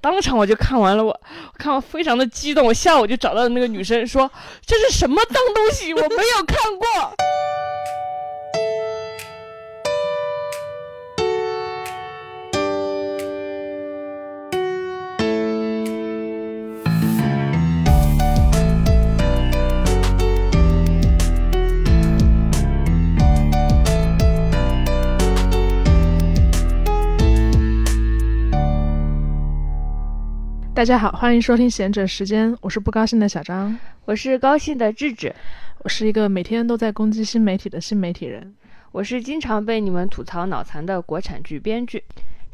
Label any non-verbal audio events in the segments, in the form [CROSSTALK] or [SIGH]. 当场我就看完了，我看完非常的激动，我下午就找到那个女生说：“这是什么脏东 [LAUGHS] 西？我没有看过。”大家好，欢迎收听《贤者时间》，我是不高兴的小张，我是高兴的智智，我是一个每天都在攻击新媒体的新媒体人，我是经常被你们吐槽脑残的国产剧编剧。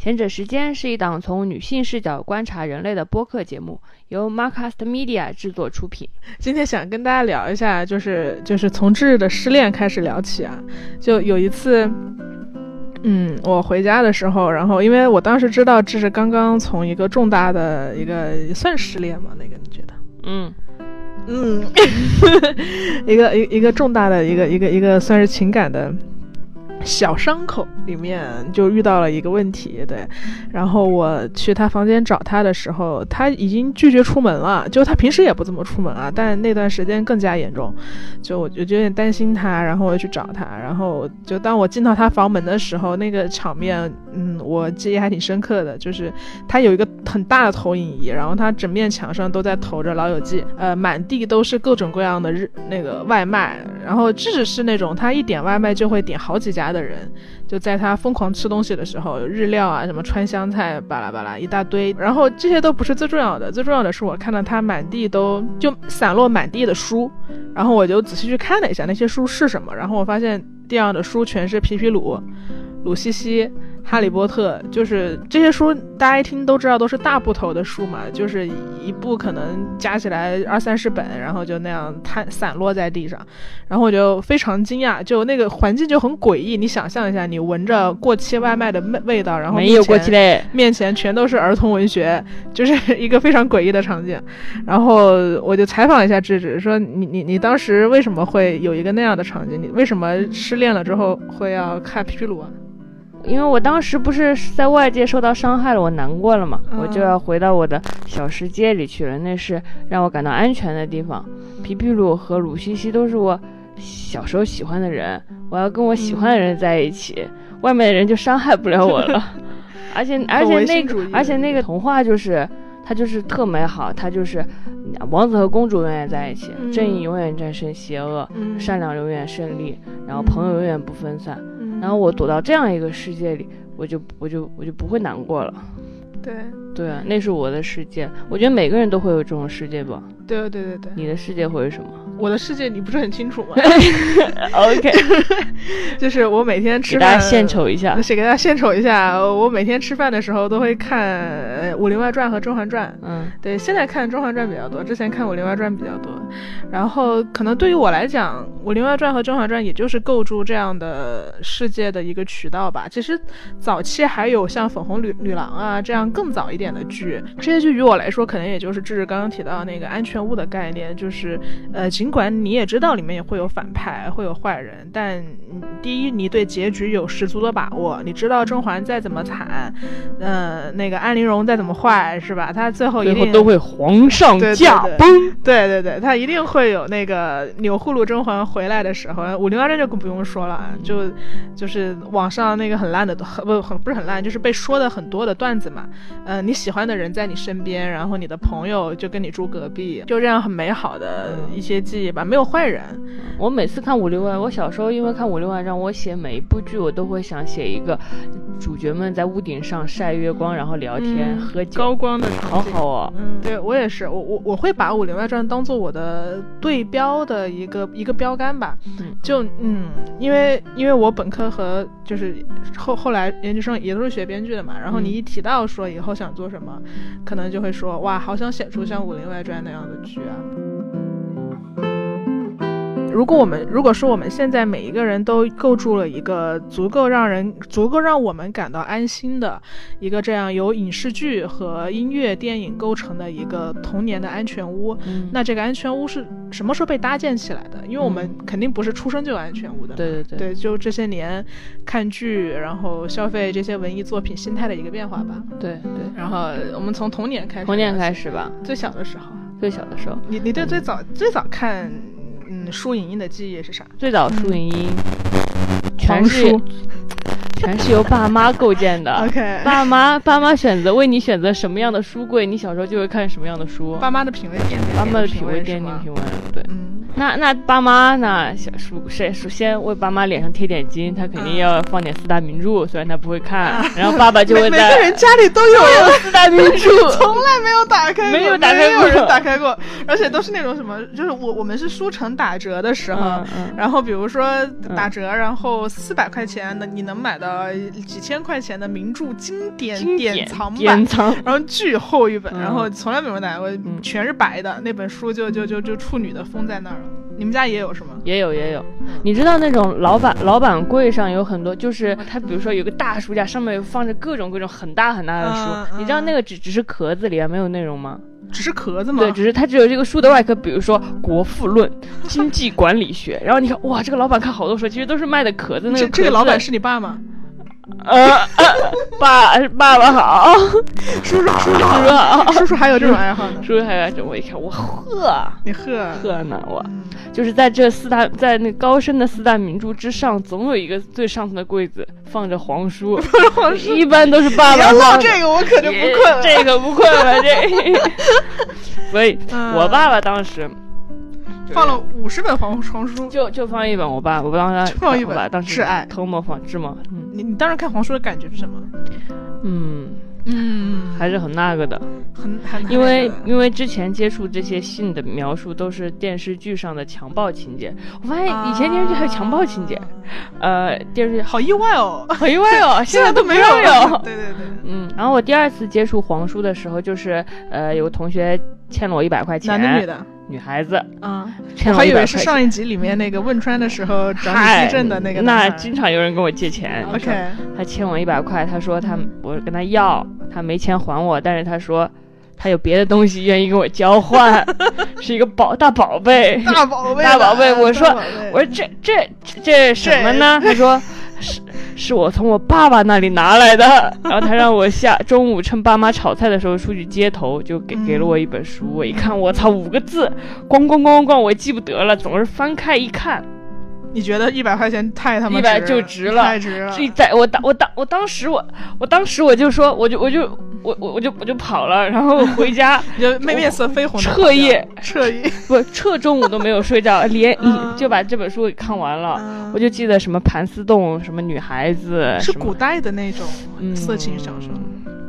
《贤者时间》是一档从女性视角观察人类的播客节目，由 Marcast Media 制作出品。今天想跟大家聊一下，就是就是从智智的失恋开始聊起啊，就有一次。嗯，我回家的时候，然后因为我当时知道这是刚刚从一个重大的一个算失恋吗？那个你觉得？嗯嗯， [LAUGHS] 一个一一个重大的一个一个一个算是情感的小伤口里面就遇到了一个问题，对。然后我去他房间找他的时候，他已经拒绝出门了，就他平时也不怎么出门啊，但那段时间更加严重。就我就有点担心他，然后我就去找他，然后就当我进到他房门的时候，那个场面，嗯，我记忆还挺深刻的，就是他有一个很大的投影仪，然后他整面墙上都在投着《老友记》，呃，满地都是各种各样的日那个外卖，然后智智是那种他一点外卖就会点好几家的人，就在他疯狂吃东西的时候，有日料啊，什么川湘菜，巴拉巴拉一大堆，然后这些都不是最重要的，最重要的是我看到他满地都就散落满地的书，然后我就仔细去看了一下那些书是什么，然后我发现地上的书全是皮皮鲁、鲁西西、哈利波特，就是这些书大家一听都知道都是大部头的书嘛，就是一部可能加起来二三十本，然后就那样摊散落在地上，然后我就非常惊讶，就那个环境就很诡异，你想象一下，你闻着过期外卖的味味道，然后没有过期嘞，面前全都是儿童文学， [LAUGHS] 就是一个非常诡异的场景。然后我就采访一下智智，说你你你当时为什么会有一个那样的场景？你为什么失恋了之后会要看皮皮鲁啊？因为我当时不是在外界受到伤害了，我难过了嘛，嗯我就要回到我的小世界里去了，那是让我感到安全的地方。皮皮鲁和鲁西西都是我小时候喜欢的人，我要跟我喜欢的人在一起，外面的人就伤害不了我 [LAUGHS] 了。而且而且唯那心个主义而且那个童话就是。它就是特美好，它就是嗯王子和公主永远在一起，嗯正义永远战胜邪恶，嗯善良永远胜利，然后朋友永远不分散。嗯然后我躲到这样一个世界里，我就我就我就不会难过了。对对啊，那是我的世界。我觉得每个人都会有这种世界吧。对对对对，你的世界会是什 [LAUGHS] 么我的世界你不是很清楚吗？ [LAUGHS] ？OK，就是我每天 [LAUGHS] 给吃大饭家献丑一下那。谁 [LAUGHS] 给大家献丑一下？我每天吃饭的时候都会看呃《武林外传》和《甄嬛传》，嗯对，现在看《甄嬛传》比较多，之前看《武林外传》比较多。然后可能对于我来讲，《武林外传》和《甄嬛传》也就是构筑这样的世界的一个渠道吧。其实早期还有像《粉红女女郎》啊这样更早一点的剧，这些剧于我来说，可能也就是智智刚刚提到那个安全屋的概念，就是呃，尽管你也知道里面也会有反派，会有坏人，但嗯第一，你对结局有十足的把握，你知道甄嬛再怎么惨，呃，那个安陵容再怎么坏，是吧？她最后一最后定都会皇上对对驾对崩。对对对，他一定会有那个钮祜禄甄嬛回来的时候，武林外传就更不用说了，嗯就就是网上那个很烂的，很不很不是很烂，就是被说的很多的段子嘛。呃，你喜欢的人在你身边，然后你的朋友就跟你住隔壁，就这样很美好的嗯一些记忆吧，没有坏人。我每次看《武林外》，我小时候因为看《武林外》，让我写每一部剧，我都会想写一个主角们在屋顶上晒月光，然后聊天、嗯喝酒，高光的好场景。好哦。嗯，对我也是，我我我会把《武林外传》当做我的对标的一个一个标杆吧。嗯就嗯，因为因为我本科和就是后后来研究生也都是学编剧的嘛，然后你嗯一提到说以后想做什么，可能就会说哇，好想写出像《武林外传》那样的剧啊。如果我们如果说我们现在每一个人都构筑了一个足够让人足够让我们感到安心的一个这样由影视剧和音乐电影构成的一个童年的安全屋，嗯那这个安全屋是什么时候被搭建起来的？因为我们肯定不是出生就有安全屋的嘛。嗯对对对对，就这些年看剧，然后消费这些文艺作品，心态的一个变化吧。对对，然后我们从童年开始，童年开始吧，最小的时候，最小的时候，你你对最早最早看嗯书影音的记忆是啥？最早输影音，嗯黄全是书全是由爸妈构建的。 [LAUGHS] OK，爸妈爸妈选择为你选择什么样的书柜，你小时候就会看什么样的书。爸妈的品味奠定你爸妈的品品味奠是定吗品味，对。嗯，那那爸妈呢？想首谁首先为爸妈脸上贴点金，他肯嗯定要放点四大名著，虽然他不会看，然后爸爸就啊每会每个在人家里都有。 [LAUGHS] 四大名著 [LAUGHS] 从来没有打开过，没有打开没过有人打开过，而且都是那种什么，就是我我们是书城打折的时候，嗯嗯然后比如说打折，然后四百块钱的你能买到几千块钱的名著经典经典典藏版典。藏然后巨厚一本，嗯然后从来没有人打开过，全是白的。那本书就嗯就就就处女的封在那儿了。你们家也有是吗？也有也有，你知道那种老板老板柜上有很多，就是嗯它比如说有个大书架，上面有放着各种各种很大很大的书，嗯嗯你知道那个只只是壳子里啊没有内容吗？只是壳子吗？对，只是它只有这个书的外壳，比如说《国富 [LAUGHS] 论》《经济管理学》，然后你看哇，这个老板看好多书，其实都是卖的壳子那这个壳这个老子板是你爸吗？呃，呃爸爸爸 [LAUGHS] 好，叔叔叔叔是 [LAUGHS] 吧？叔叔还有这种爱好呢？叔叔还有这，我一看，我呵你呵哦呵呢，我嗯就是在这四大，在那高深的四大名著之上，总有一个最上层的柜子放着黄 [LAUGHS] 书，黄书一般都是爸你爸要唠放的。这个，我可就不困 [LAUGHS] 了。这个不困了， [LAUGHS] 这。所以，嗯我爸爸当时放了五十本黄黄书，就就放一本，我爸我当时就放一本我爸当时挚爱偷摸放智谋，嗯你你当时看黄书的感觉是什么？嗯，嗯，还是很那个的。很很因为很因为之前接触这些性的描述都是电视剧上的强暴情节，我发现以前电视剧还有强暴情节，啊呃，电视剧好好意外 [LAUGHS] 哦，好意外 [LAUGHS] 哦，现在都都没有有了。 [LAUGHS] 对对对，嗯，然后我第二次接触黄书的时候，就是呃，有个同学欠了我一百块钱，男的女的女孩子啊，欠我了我还以100为块是钱上一集里面那个汶川的时候找你嗨地震的那个男孩那经常有人跟我借钱 OK，他欠我一百块，他说他我跟他要，他没钱还我，但是他说他有别的东西愿意跟我交 [LAUGHS] 换，是一个宝大宝贝，大宝贝大宝贝我说我我说这这这这什么呢？他说是是我从我爸爸那里拿 [LAUGHS] 来的，然后他让我下中午趁爸妈炒菜的时候出去街头，就给给了嗯我一本书，我一看我操五个字，咣咣咣咣咣，我记不得了，总是翻开一看，你觉得一百块钱太他妈100了就值了太值了这。在我当我当我当时我我当时我就说我就我就我我我就我就跑了，然后回 [LAUGHS] 家你就面面色绯红的，彻夜 [LAUGHS] 彻夜，不彻中午都没有睡觉，连嗯就把这本书给看完了。嗯我就记得什么盘丝洞，什么女孩子，是什么古代的那种嗯色情小说。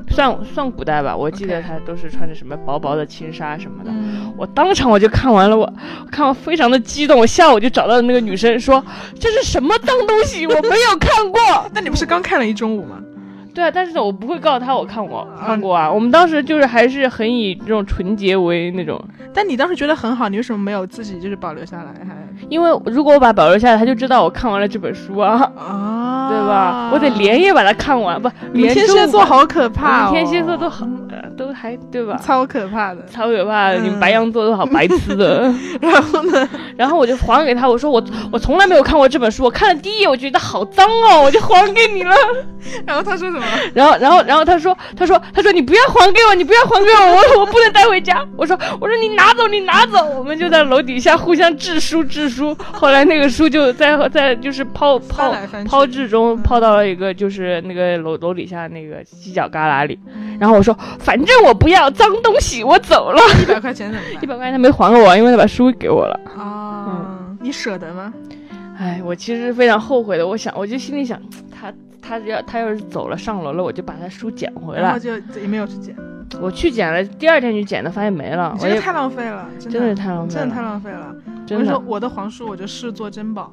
算算古代吧，我记得嗯 OK 他都是穿着什么薄薄的轻纱什么的。嗯我当场我就看完了，我我看完非常的激动，我下午就找到那个女生说这是什么脏东西，我没有看过。 [LAUGHS] 那你不是刚看了一中午吗？对啊，但是我不会告诉她我看过看过嗯啊。我们当时就是还是很以这种纯洁为那种，但你当时觉得很好，你为什么没有自己就是保留下来？还因为如果我把保留下来，她就知道我看完了这本书啊，啊，对吧？我得连夜把它看完，不你连天中午蝎座把好可怕、我哦，们天蝎座都很呃都还对吧？超可怕的。超可怕的！你们嗯白羊座都好白痴 [LAUGHS] 的。然后呢？然后我就还给他，我说我我从来没有看过这本书，我看了第一页，我觉得好脏哦，我就还给 [LAUGHS] 你了。然后他说什么？ [LAUGHS] 然后然后然后他说他说他说你不要还给我，你不要还给我，我我不能带回家。我说我说你拿走你拿走，我们就在楼底下互相掷书掷书。后来那个书就在在就是抛翻抛来翻去嗯抛掷中抛到了一个就是那个楼楼底下那个犄角旮旯里。嗯然后我说反正我不要脏东西，我走了。一百块钱怎一么百块钱他没还给我，因为他把书给我了。办？啊，嗯你舍得吗？哎，我其实非常后悔的。我想，我就心里想，他他要他要是走了上楼了，我就把他书捡回然后来。就也没有去捡，我去捡了，第二天去捡的，发现没了你。我这也个太浪费了，真真的是的太浪费真的太了，浪费了。我真跟你说的。我的黄书我就视作珍宝，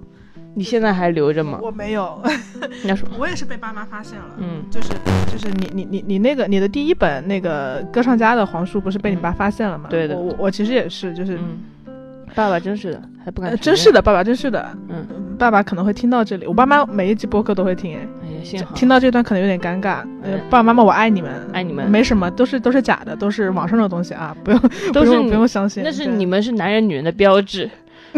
你现在还留着吗？我没有， [LAUGHS] 你要说，我也是被爸妈发现了。嗯，就是就是你你你你那个你的第一本那个歌唱家的黄书不是被你爸发现了吗？嗯对的我我我其实也是，就是嗯，爸爸真是的，还不敢、呃真是，的，爸爸真是的，嗯，爸爸可能会听到这里，我爸妈每一集播客都会听，哎，哎呀，幸好听到这段可能有点尴尬，呃嗯，爸爸妈妈我爱你们，爱你们没什么，都是都是假的，都是网上的东西啊，不用都不是用你不用相信，那是对你们是男人女人的标志， [LAUGHS]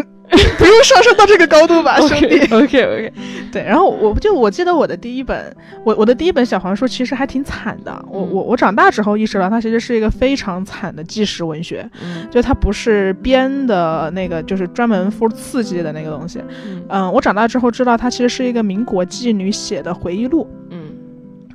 不用上升到这个高 [LAUGHS] 度吧，兄 OK 弟。 OK OK，对，然后我就我记得我的第一本，我我的第一本小黄书其实还挺惨的，我嗯我我长大之后意识到它其实是一个非常惨的纪实文学， [LAUGHS] 嗯就它不是编的那个，就是专门 for 刺激的那个东西。嗯嗯，我长大之后知道它其实是一个民国妓女写的回忆录。嗯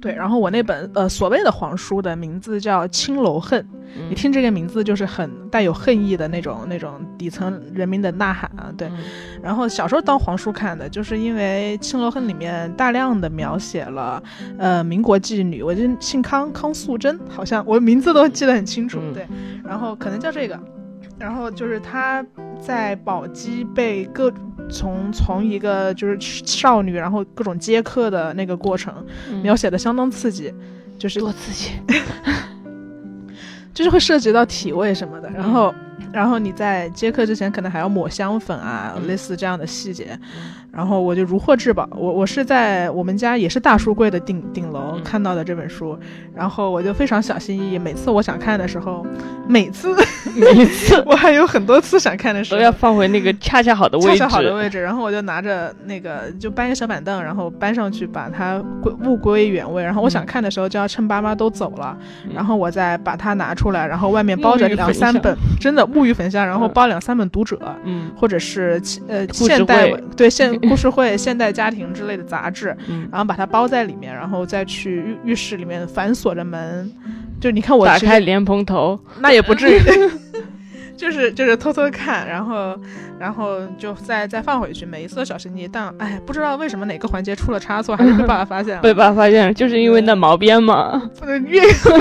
对，然后我那本呃所谓的黄书的名字叫《青楼恨》，嗯，你听这个名字就是很带有恨意的那种那种底层人民的呐喊啊，对。嗯然后小时候当黄书看的，就是因为《青楼恨》里面大量的描写了呃民国妓女，我记得姓康，康素贞，好像我名字都记得很清楚，嗯对。然后可能叫这个，然后就是她在宝鸡被各从从一个就是少女，然后各种接客的那个过程，嗯描写的相当刺激，就是多刺激， [LAUGHS] 就是会涉及到体味什么嗯的，然后。然后你在接客之前，可能还要抹香粉啊，嗯类似这样的细节。然后我就如获至宝，我我是在我们家也是大书柜的顶顶楼嗯看到的这本书，然后我就非常小心翼翼，每次我想看的时候，嗯每次 [LAUGHS] 每次我还有很多次想看的时都候，要放回那个恰恰好的恰位置，恰好的位置，然后我就拿着那个就搬一个小板凳，然后搬上去把它归物归原位。然后我想嗯看的时候就要趁爸妈都走了，嗯然后我再把它拿出来，然后外面包着沐浴两焚三香本，真的沐浴焚香，然后包两三本读者。嗯或者是呃故事现代会 [LAUGHS] 对现故事会、现代家庭之类的杂志，嗯，然后把它包在里面，然后再去浴浴室里面反锁着门，就你看我打其实嗯开莲蓬头， [LAUGHS] 那也不至于，就是就是偷偷看，然后然后就再再放回去，每一次都小心翼翼。但哎，不知道为什么哪个环节出了差错，还是被爸爸发现了。被爸爸发现了，就是因为那毛边嘛，不能越 [LAUGHS] 说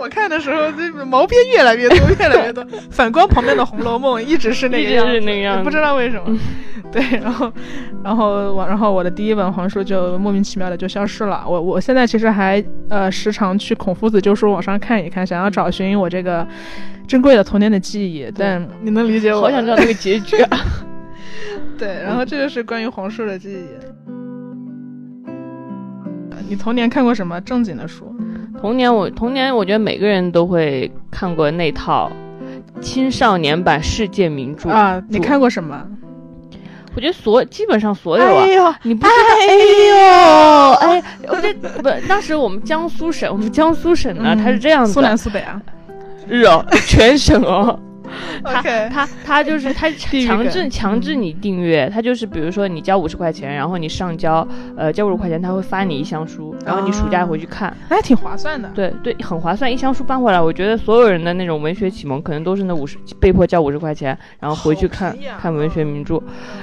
我看的时候，这毛边越来越多，越来越多。反观旁边的《红楼梦》，一直是那一个直样嗯是子。那个样不子，知道为什么， [LAUGHS] 对，然后，然后我，然后我的第一本黄书就莫名其妙的就消失了。我我现在其实还呃时常去孔夫子旧书网上看一看，想要找寻我这个珍贵的童年的记忆。但你能理解我？好想知道那个结局 [LAUGHS] 啊！对，然后这就是关于黄书的记忆。你童年看过什么正经的书？童年我童年，我觉得每个人都会看过那套青少年版世界名著，啊，你看过什么？哎我觉得所基本上所有啊，呦，哎你不知道。哎呦，哎，我这不，当时我们江苏省，我们江苏省呢，嗯它啊是这样子，苏南苏北啊。是哦，全省哦，它 OK，它它就是它 [LAUGHS] 地域强梗嗯制强制你订阅，它就是比如说你交五十块钱，然后你上交，呃，交五十块钱，它会发你一箱书，然后你暑假啊回去看，那还挺划算的。对对，很划算，一箱书搬回来，我觉得所有人的那种文学启蒙，可能都是那五十被迫交五十块钱，然后回去好看便宜啊嗯看文学名著。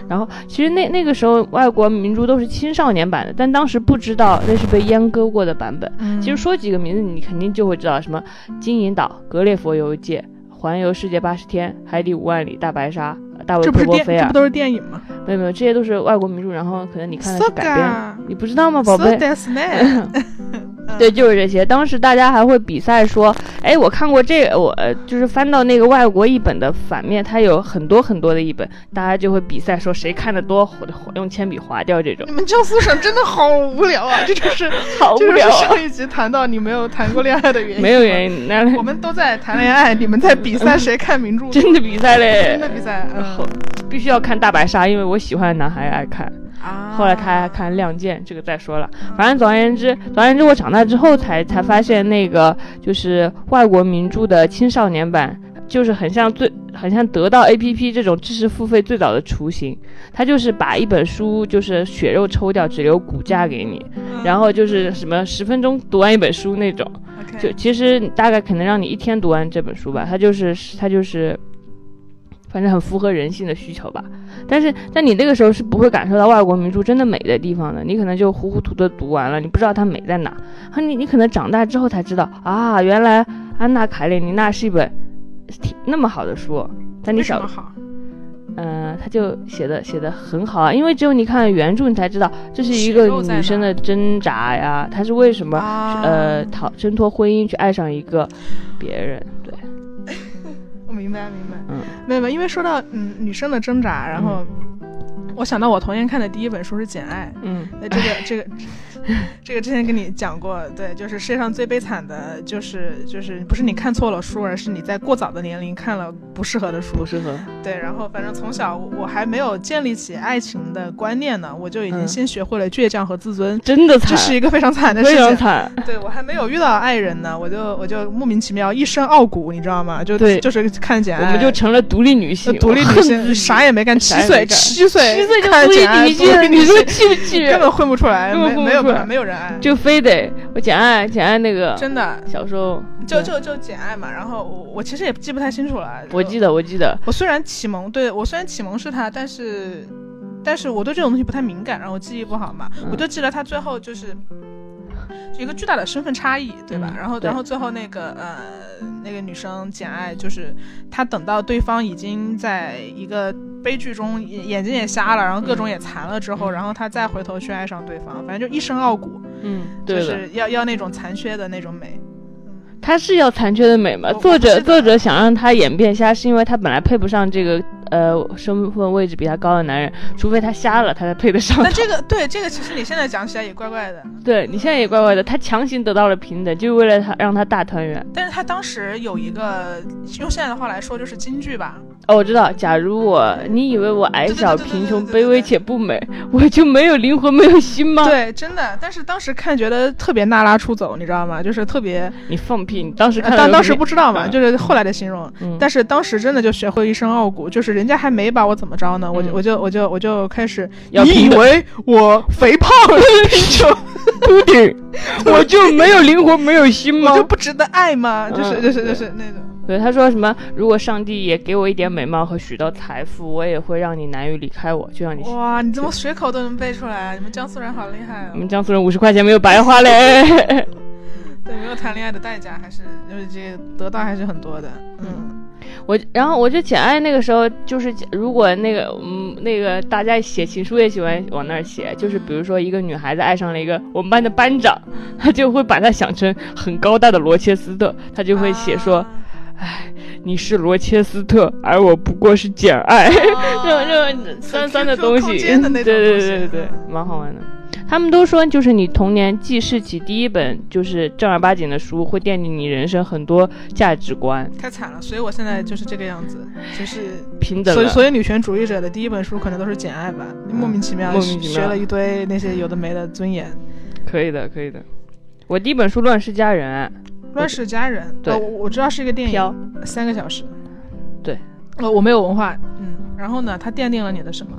然后其实那那个时候外国名著都是青少年版的，但当时不知道那是被阉割过的版本。嗯，其实说几个名字，你肯定就会知道，什么《金银岛》《格列佛游记》《环游世界八十天》《海底五万里》《大白鲨》《大卫这不·是波电，菲这尔不》，都是电影吗？没有没有，这些都是外国名著，然后可能你看的是改编的，嘎，你不知道吗，宝贝？ that's [LAUGHS] nice 对，就是这些。当时大家还会比赛说，哎，我看过这个，我呃就是翻到那个外国译本的反面，它有很多很多的译本，大家就会比赛说谁看的多，或者用铅笔划掉这种你。们江苏省真的好无聊啊！这就是好无这就是聊啊！上一集谈到你没有谈过恋爱的原因。没有原因， [LAUGHS] 那我们都在谈恋爱，你们在比赛谁看名著，真的比赛嘞真的，比赛。嗯后必须要看大白鲨，因为我喜欢的男孩爱看。啊后来他还看《亮剑》，这个再说了。反正总而言之，总而言之，我长大之后才才发现，那个就是外国名著的青少年版，就是很像最很像得到 A P P 这种知识付费最早的雏形。它就是把一本书就是血肉抽掉，只留骨架给你，嗯然后就是什么十分钟读完一本书那种。 OK 就其实大概可能让你一天读完这本书吧，它就是它就是，反正很符合人性的需求吧。但是但你那个时候是不会感受到外国名著真的美的地方的，你可能就糊糊涂涂地读完了，你不知道它美在哪。啊，你你可能长大之后才知道啊，原来安娜卡列尼娜是一本挺那么好的书。但你为什小么好？嗯，他就写的写的很好啊，因为只有你看原著，你才知道这是一个血肉在哪女生的挣扎呀，她是为什么、啊呃逃挣脱婚姻去爱上一个别人，对，我明白明白，嗯，没有没有，因为说到嗯女生的挣扎，然后我想到我童年看的第一本书是《简爱》，嗯那这个这个这个之前跟你讲过，对，就是世界上最悲惨的就是就是不是你看错了书，而是你在过早的年龄看了不适合的书不。适合，对，然后反正从小我还没有建立起爱情的观念呢，我就已经嗯先学会了倔强和自尊。真的惨，这是一个非常惨的事非情，常惨，对我还没有遇到爱人呢，我就我就莫名其妙一身傲骨，你知道吗？就对就是看简我爱，们就成了独立女性，哎独立我女恨性，自己啥也没干，七啥也岁没干七岁七岁就看独简爱立女独立性，女你说性气不气根人？本混不出来，根本混不没没有出来没有人爱，就非得我简爱简爱那个真的小时候，就对就就简爱嘛。然后我我其实也记不太清楚了，我记得我记得，我虽然启蒙对我虽然启蒙是他，但是但是我对这种东西不太敏感，然后我记忆不好嘛，嗯我就记得他最后就是。有一个巨大的身份差异，对吧？嗯然后，对然后最后那个呃，那个女生简爱，就是她等到对方已经在一个悲剧中眼眼睛也瞎了，然后各种也残了之后，嗯然后她再回头去爱上对方，反正就一身傲骨，嗯，就对的，是要要那种残缺的那种美。他是要残缺的美嘛我？作我者知道作者想让他演变瞎，是因为他本来配不上这个嗯呃身份位置比他高的男人，除非他瞎了，他才配得 [LAUGHS] 上那 [LAUGHS] 他。这个对这个，其实你现在讲起来也怪怪的，对你现在也怪怪的，他强行得到了平等，就是为了他让他大团圆。但是他当时有一个，用现在的话来说就是京剧吧，哦，我知道，假如我你以为我矮小、对对对对贫穷、对对对卑微且不美，我就没有灵魂、没有心吗？对，真的。但是当时看觉得特别那拉出走，你知道吗？就是特别，你放屁！你当时呃看到当有当时没不知道嘛，嗯就是后来的形容。嗯但是当时真的就学会一身傲骨，就是人家还没把我怎么着呢，我就嗯我就我就我就开始，要你以平等为我肥胖贫穷， [LAUGHS] 秃顶， [LAUGHS] 我就没有灵魂、没有心吗我就？不值得爱吗？就是嗯就是就对是那种，对，他说什么？如果上帝也给我一点美貌和许多财富，我也会让你难于离开我，就让你。哇，你怎么随口都能背出来啊？你们江苏人好厉害啊我！们江苏人五十块钱没有白花嘞。对，没有谈恋爱的代价还是就是这个得到还是很多的，嗯， [LAUGHS] 我然后我就简爱那个时候就是，如果那个嗯那个大家写情书也喜欢往那儿写，就是比如说一个女孩子爱上了一个我们班的班长，她就会把他想成很高大的罗切斯特，她就会写说、 [LAUGHS] 啊你是罗切斯特，而我不过是简爱。哦那种酸酸的东 QQ 空西，间的那 [LAUGHS] 种对东西对对对嗯，蛮好玩的。他们都说，就是你童年记事起第一本就是正儿八经的书，会奠定你人生很多价值观，太惨了，所以我现在就是这个样子，就是平等所以了。嗯所以女权主义者的第一本书可能都是《简爱》吧，莫名其妙莫名其妙学了一堆那些有的没的尊严，可以的，可以的。我第一本书《乱世佳人《乱世佳人》对呃我我知道是一个》，电飘影，三个小时，对，呃，我没有文化，嗯，然后呢，它奠定了你的什么？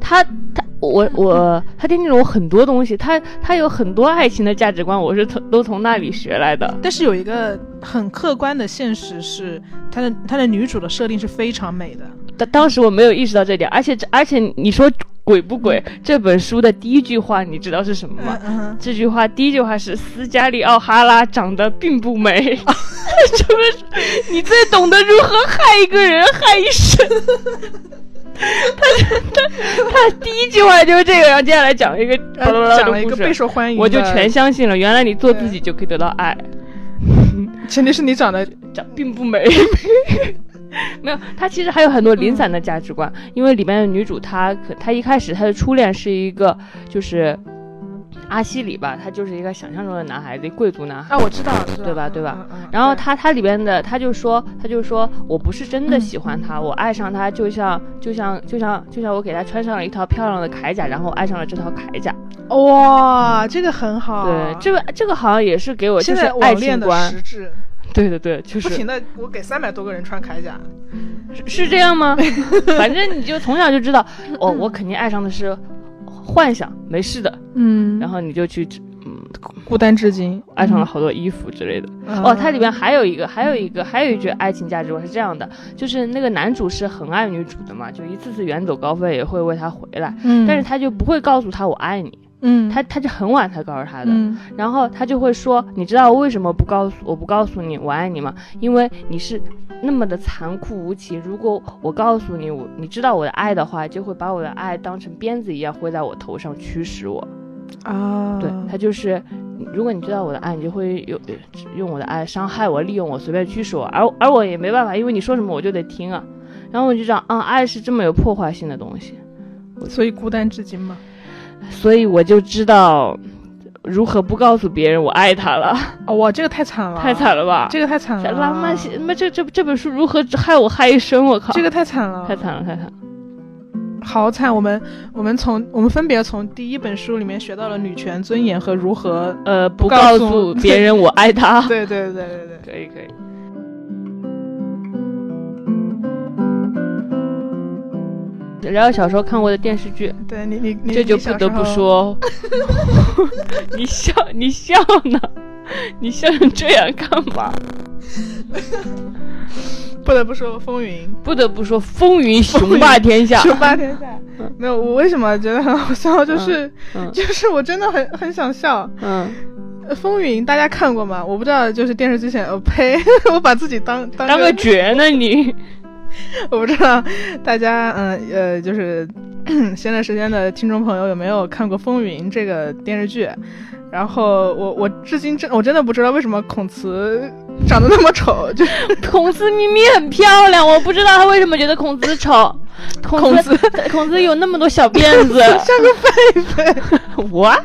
他他我我他奠定了我很多东西，他他有很多爱情的价值观，我是从都从那里学来的。但是有一个很客观的现实是，它的它的女主的设定是非常美的，当当时我没有意识到这点，而且这而且你说鬼不鬼？这本书的第一句话你知道是什么吗？嗯嗯哼。这句话第一句话是斯嘉丽奥哈拉长得并不 [LAUGHS] 美，就是你最懂得如何害一个人害一 [LAUGHS] 生。他他他第一句话就是这个，然后接下来讲了一个巴拉巴拉呃讲了一的个故备事，受欢迎的，我就全相信了。原来你做自己就可以得到爱，前提是你长得长并不美。 [LAUGHS] 没有，他其实还有很多零散的价值观，嗯因为里面的女主她可她一开始她的初恋是一个就是阿西里吧，她就是一个想象中的男孩子，贵族男孩。啊，我知道， [LAUGHS] 我知道对吧对吧？嗯嗯嗯然后对他他里边的他就说他就说我不是真的嗯喜欢他，我爱上他就像就像就像就像我给他穿上了一套漂亮的铠甲，然后我爱上了这套�甲铠甲。哇，这个很好。对，这个这个好像也是给我就哦现是在爱网恋情的观实。质，对对对，就不是停的我给三百多个人穿铠甲，是是这样 [LAUGHS] 吗？反正你就从小就知道，我我肯定爱上的是幻想，没事的。嗯然后你就去嗯孤单至今。爱上了好多衣服之类的。嗯哦，它里边还有一个，还有一个，还有一句爱情价值观是这样的，就是那个男主是很爱女主的嘛，就一次次远走高飞也会为她回来，嗯但是他就不会告诉她我爱你，嗯他他就很晚才告诉她的，嗯然后他就会说，你知道为什么不告诉我不告诉你我爱你吗？因为你是那么的残酷无情，如果我告诉你我你知道我的爱的话，就会把我的爱当成鞭子一样挥在我头上驱使我。啊，对他就是如果你知道我的爱，你就会有呃用我的爱伤害我、利用我、随便驱使我，而而我也没办法，因为你说什么我就得听啊。然后我就知道，啊，爱是这么有破坏性的东西，所以孤单至今嘛。所以我就知道如何不告诉别人我爱他了。哦，哇，这个太惨 [LAUGHS] 了，太惨了吧？这个太惨了，拉曼西，妈这这这本书如何害我害一生？我靠，这个太惨了，太惨了，太惨了。好惨！我们我们从我们分别从第一本书里面学到了女权尊严和如何呃不告告诉诉别人我爱他。[LAUGHS] [LAUGHS] 对对对对对，可以可以。然后小时候看过的电视剧，对你你你这就不得不， [LAUGHS] 说，你笑你笑呢，你笑成这样干嘛？你小时候不得不说风云 [LAUGHS] 不得不说，风云雄霸天 [LAUGHS] 下。雄霸天下。没有，我为什么觉得很好笑？就是、 [LAUGHS] 嗯就是我真的很很想笑。嗯，呃风云大家看过吗？我不知道，就是电视剧前，呃呸， [LAUGHS] 我把自己当当当个绝呢你。 [LAUGHS] 我不知道大家，嗯呃，就是 [COUGHS] 闲着时间的听众朋友有没有看过《风云》这个电视剧？然后我我至今真我真的不知道为什么孔慈长得那么丑，就是 [LAUGHS] [LAUGHS] 孔子明明很漂亮，我不知道他为什么觉得孔子丑。孔孔子 [LAUGHS] 孔子有那么多小辫子 [LAUGHS] 像个狒狒。 [LAUGHS] ，what？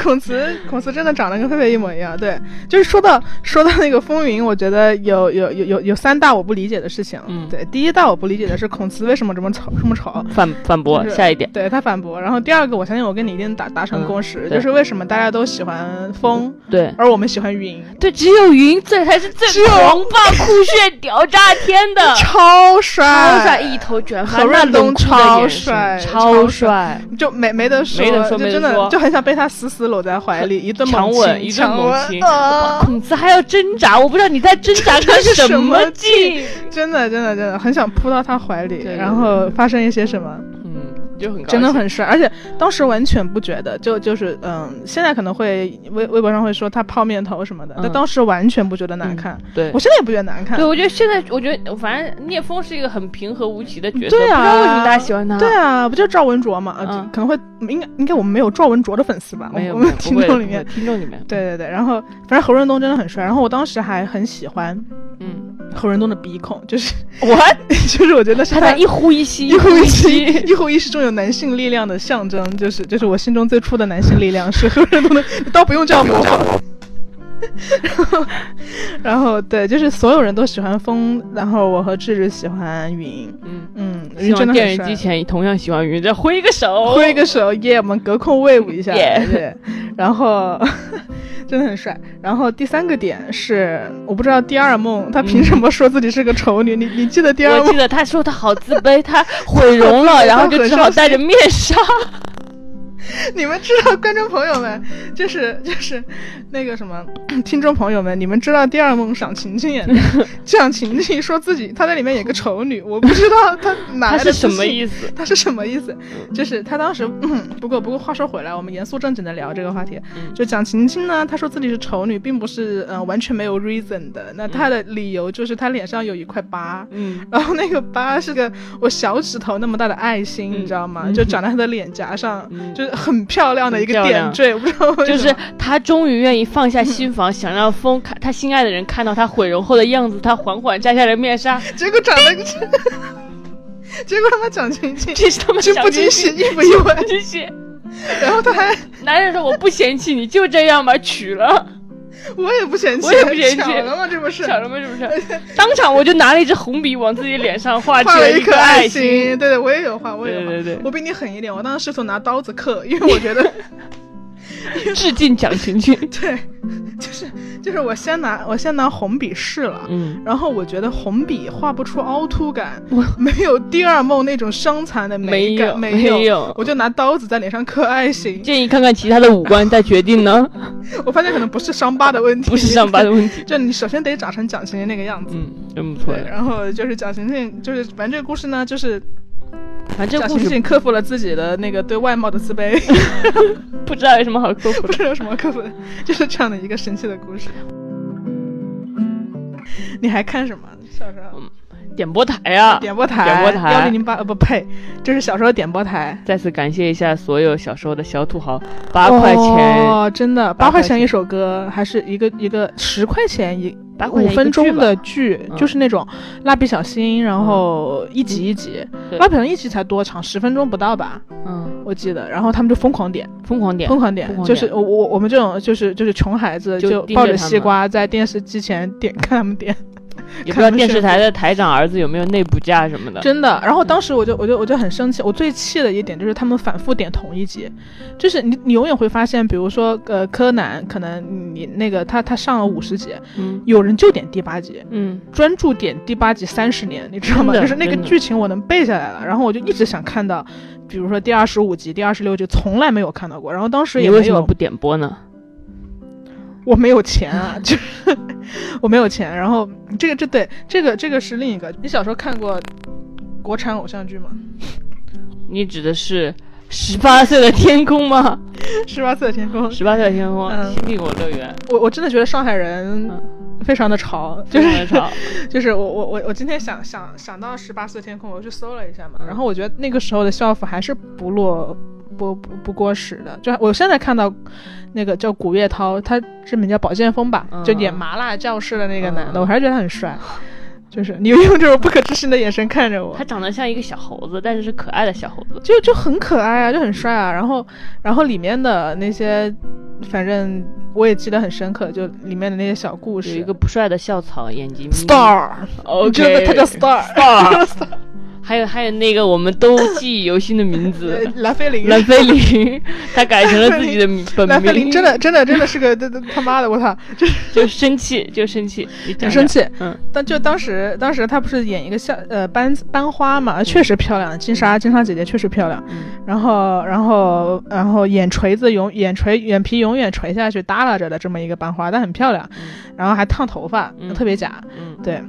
孔慈孔慈真的长得跟狒狒一模一样。对，就是说到说到那个《风云》，我觉得有有有有有三大我不理解的事情。嗯对，第一大我不理解的是孔慈为什么这么丑这么丑。反反驳就是下一点，对他反驳，然后第二个，我相信我跟你一定达达成嗯共识，对就是为什么大家都喜欢风，对。而我们喜欢云，对，只有云最才是只最有，狂暴、酷炫、屌炸天的 [LAUGHS] [LAUGHS] 超帅，超帅，一头卷发，何润那东冷酷的超眼神帅超超帅，就没没得说，没得说就没得真的说就很想被他死死搂在怀里，一顿强猛吻一顿强猛吻亲，啊孔子还要挣扎，我不知道你在挣 [LAUGHS] 扎这个是什么么劲，真的真的真的很想扑到他怀里，对然后发生一些什么，嗯，就很高真的兴很帅，而且当时完全不觉得，就就是嗯，现在可能会微微博上会说他泡面头什么的，嗯但当时完全不觉得难看，对我。现在也不觉得难看对，，我觉得现在，我觉得反正聂风是一个很平和无奇的角色，对啊不知道为什么大家喜欢他。对啊，不就是赵文卓嘛？啊嗯可能会应该应该我们没有赵文卓的粉丝吧？我没有，我没有们听众里面，不会不会听众里面，对对对，然后反正何润东真的很帅，然后我当时还很喜欢嗯，何润东的鼻孔，就是 [LAUGHS] 我就是我觉得是他在一呼 [LAUGHS] 一吸，一呼一一吸， [LAUGHS] 一呼一吸中有男性力量的象征，就是就是我心中最初的男性力量是何润东的， [LAUGHS] 倒不用这样，不用这样。 [LAUGHS] 然后，然后对，就是所有人都喜欢风，然后我和智智喜欢云，嗯，嗯，希云真望的电很视帅机。前同样喜欢云，再挥一个 [LAUGHS] 手，挥一个手，耶、我们隔空威武一下哦 Yeah 对，然后 [LAUGHS] 真的很帅。然后第三个点是，我不知道第二梦她凭什么说自己是个丑女？你你记得第二我梦记？得他说他好自卑，他毁容 [LAUGHS] 了，然后就只好戴着面 [LAUGHS] 纱。你们知道，观众朋友们，就是 [LAUGHS] 就是那个什么，听众朋友们，你们知道第二梦赏晴晴 [LAUGHS] 演的，赏晴晴说自己她在里面演个丑女，我不知道她哪他来的是什么思。意思？ [LAUGHS] 他是什么意思？就是他当时，嗯不过不过话说回来，我们严肃正经的聊这个话题。嗯就蒋勤勤呢，她说自己是丑女，并不是嗯、呃完全没有 reason 的。那她的理由就是她脸上有一块疤，嗯，然后那个疤是个我小指头那么大的爱心，嗯你知道吗？嗯就长在她的脸颊上，嗯就是很漂亮的一个很漂亮点缀。我不知道为什就么是他终于愿意放下心防，想让风看他心爱的人看到他毁容后的样子。他缓缓摘下了面纱，结果长得，结果他妈蒋勤 [LAUGHS] [LAUGHS] 勤这是他们惊小不惊喜，惊意不意外？惊喜。然后他还男人说我不嫌弃你，就这样吧，娶了，我也不嫌弃，我也不嫌弃巧了吗？这不是巧了吗？是不是？ [LAUGHS] 当场我就拿了一支红笔往自己脸上画画起了一一颗爱爱。对对，我也有画，我也有画。对对对我比你狠一点，我当时试图拿刀子刻，因为 [LAUGHS] 我觉得致敬蒋勤 [LAUGHS] 勤。对，就是就是我先拿我先拿红笔试了。嗯，然后我觉得红笔画不出凹凸感，没有第二梦那种伤残的美没有感，没没有我就拿刀子在脸上刻爱心。建议看看其他的五官再决定 [LAUGHS] 呢，我发现可能不是伤疤的问 [LAUGHS] 题，不是上班的问题。就你首先得长成蒋勤勤那个样子。嗯，真不错对，。然后就是蒋勤勤，就是反正这个故事呢，就是反正这个蒋勤故事勤克服了自己的那个对外貌的自卑。不知道有什么好科普不 [LAUGHS] 的。知道有什么可 [LAUGHS] 粉，就是这样的一个神奇的故事。你还看什么？小时候点播台啊！点播台，点播台幺零零八呃不呸，这是小时候点播台，再次感谢一下所有小时候的小土豪，八块钱，哦，真的八八块块钱钱一首歌，还是一个一个十块钱一八块钱五一个分剧钟吧的剧，嗯就是那种蜡笔小新，然后一集一集，对蜡笔小新一集才多长，十分钟不到吧，嗯，我记得。然后他们就疯狂点，疯狂点疯，狂点疯，狂就是点我我我们这种就是就是穷孩子就就盯着抱着他们西瓜在电视机前点看他们点，也不知道看他们电视炫富台的台长儿子有没有内部价什么的。 [LAUGHS] 真的。然后当时我就我就我就很生气，我最气的一点就是他们反复点同一集，就是你你永远会发现，比如说呃柯南，可能你那个他他上了五十集，嗯有人就点第八集，嗯，专注点第八集三十年，你知道吗？真的就是那个真的剧情我能背下来了，然后我就一直想看到，比如说第二十五集、第二十六集，从来没有看到过。然后当时你也为没什么有不，点播呢？我没有钱啊， [LAUGHS] 就是我没有钱。然后这个这对这个这个是另一个。你小时候看过国产偶像剧吗？ [LAUGHS] 你指的是十八岁的天空吗？十八岁的天空，十八岁的天空，嗯新帝国乐园，我我真的觉得上海人嗯非常的潮，就就是是 [LAUGHS] 吵，就是我我我我今天想想想到十八岁天空，我去搜了一下嘛，嗯然后我觉得那个时候的校服还是不落不不不过时的，就我现在看到那个叫古月涛，他这名叫宝剑锋吧，嗯就演麻辣教室的那个男嗯的，我还是觉得他很帅，就是你用这种不可置信的眼神看着我它。长得像一个小猴子，但是是可爱的小猴子。就就很可爱啊，就很帅啊。然后，然后里面的那些，反正我也记得很深刻，就里面的那些小故有事。一个不帅的校草，眼睛眯 [LAUGHS] star， o 你知道 k 他叫 star， [LAUGHS] Star，还有还有那个我们都记忆犹新的名 [LAUGHS] 呃字，蓝菲林，蓝菲林，他改成了自己的名本 [LAUGHS] 蓝名，菲林真的真的真的是个这这他妈的，我操，就生气就生气，你讲很生气。讲，嗯，但就当时当时她不是演一个校呃班班花嘛，确实漂亮，金莎金莎姐姐确实漂亮。嗯然后然后然后眼垂子永眼垂眼皮永远垂下去耷拉着的这么一个班花，但很漂亮，然后还烫头发，嗯特别假。嗯对。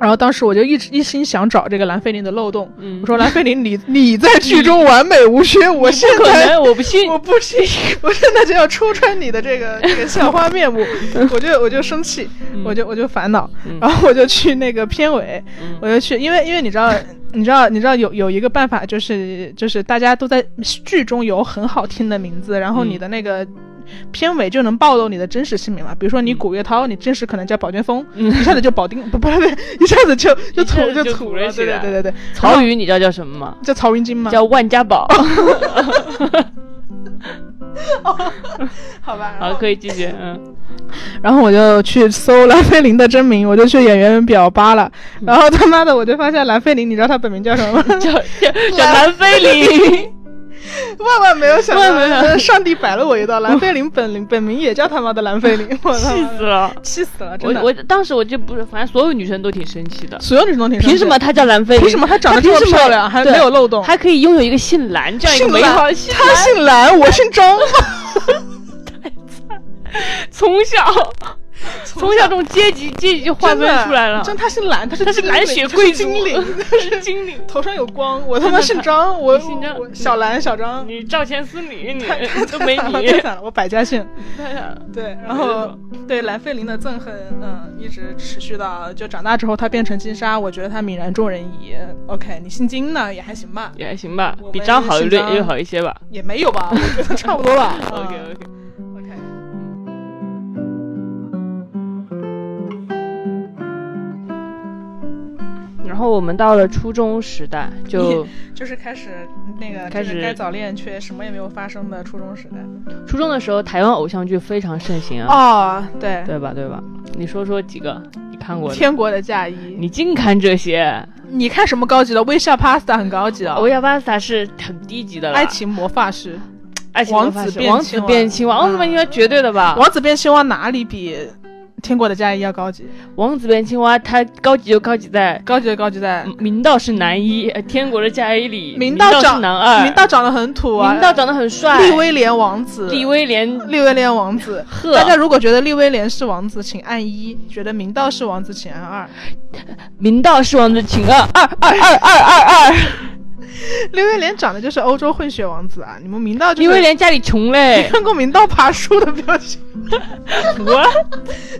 然后当时我就一直一心想找这个蓝菲林的漏洞，嗯，我说蓝菲林你你在剧中完美无缺，我现不可在能，我不信，我不行，我现在就要戳穿你的这个这个校花 [LAUGHS] 面目，我就我就生气，嗯 [LAUGHS] 我就我就烦恼嗯，然后我就去那个片尾，嗯我就去，因为因为你知道。你知道，你知道有有一个办法，就是就是大家都在剧中有很好听的名字，然后嗯你的那个片尾就能暴露你的真实姓名了。比如说你嗯古月涛，你真实可能叫宝剑锋，嗯一下子就保定，不不对，一下子就 [LAUGHS] 就一下土子就土土了了，起对对来对对对，曹禺嗯你知道叫什么吗？叫曹云金嘛，叫万家 [LAUGHS] 宝，好吧，然好，后可以继 [LAUGHS] 续，嗯，然后我就去搜蓝菲林的真名，我就去演员表扒了，嗯然后他妈的我就发现蓝菲林，你知道他本名叫什么吗？叫叫叫蓝菲 [LAUGHS] 林，万万没有想万万没有到，上帝摆了我一 [LAUGHS] 道，蓝菲林本本名也叫他妈的蓝菲林，我他气妈死的了。气死了，真我的。我当时我就不是，反正所有女生都挺生气的。所有女生都挺生气凭什么？她叫蓝菲？凭什么她长得这么凭什漂亮，还对没有漏洞？还可以拥有一个姓蓝这样一个姓美好的蓝，姓她姓蓝，我姓张。从小 [LAUGHS] 从小这种阶级阶级就划真分的出来了，真她姓蓝，她是她是精灵蓝血贵她是族精 [LAUGHS] 灵，她是精灵，头上有光。我他真的妈姓张，我你姓张我小蓝小张，你赵钱孙李你太太都没惨了你， [LAUGHS] 太惨了，我百家姓。太惨了对，然后对蓝菲林的憎恨，嗯，一直持续到就长大之后，她变成金莎，我觉得她泯然众人矣。OK，你姓金呢，也还行吧， [LAUGHS] 也还行吧我，们比张好一姓略张略好一些吧。也没有吧，我觉得差不 [LAUGHS] 多吧。 OK OK，嗯 OK。嗯然后我们到了初中时代，就就是开始那个开始嗯真的该早恋却什么也没有发生的初中时代初中的时候，台湾偶像剧非常盛行啊，哦，对，对吧？对吧？你说说几个你看过的？天啊国的嫁衣，你净看这些，你看什么高级的？微笑 pasta 很高级的，啊欧亚巴斯塔是很低级的了。爱情魔法师，爱情王魔法子师变王子青蛙嗯变青蛙，王子变青蛙绝对的吧？王子变青蛙哪里比天国的嫁衣要高级？王子变青蛙，它高级就高级在高级的高级在嗯明道是男一，呃天国的嫁衣里明道道是长男二，明道长得很土啊，明道长得很帅，利威廉王子，利威廉利威廉王子。赫大，家如果觉得利威廉是王子，请按一；觉得明道是王子，请按二。明道是王子，请二二二二二二二，刘威廉长得就是欧洲混血王子啊！你们明道就是因为连家里穷你 [LAUGHS] 嘞，看过明道爬树的表情？ [LAUGHS] 我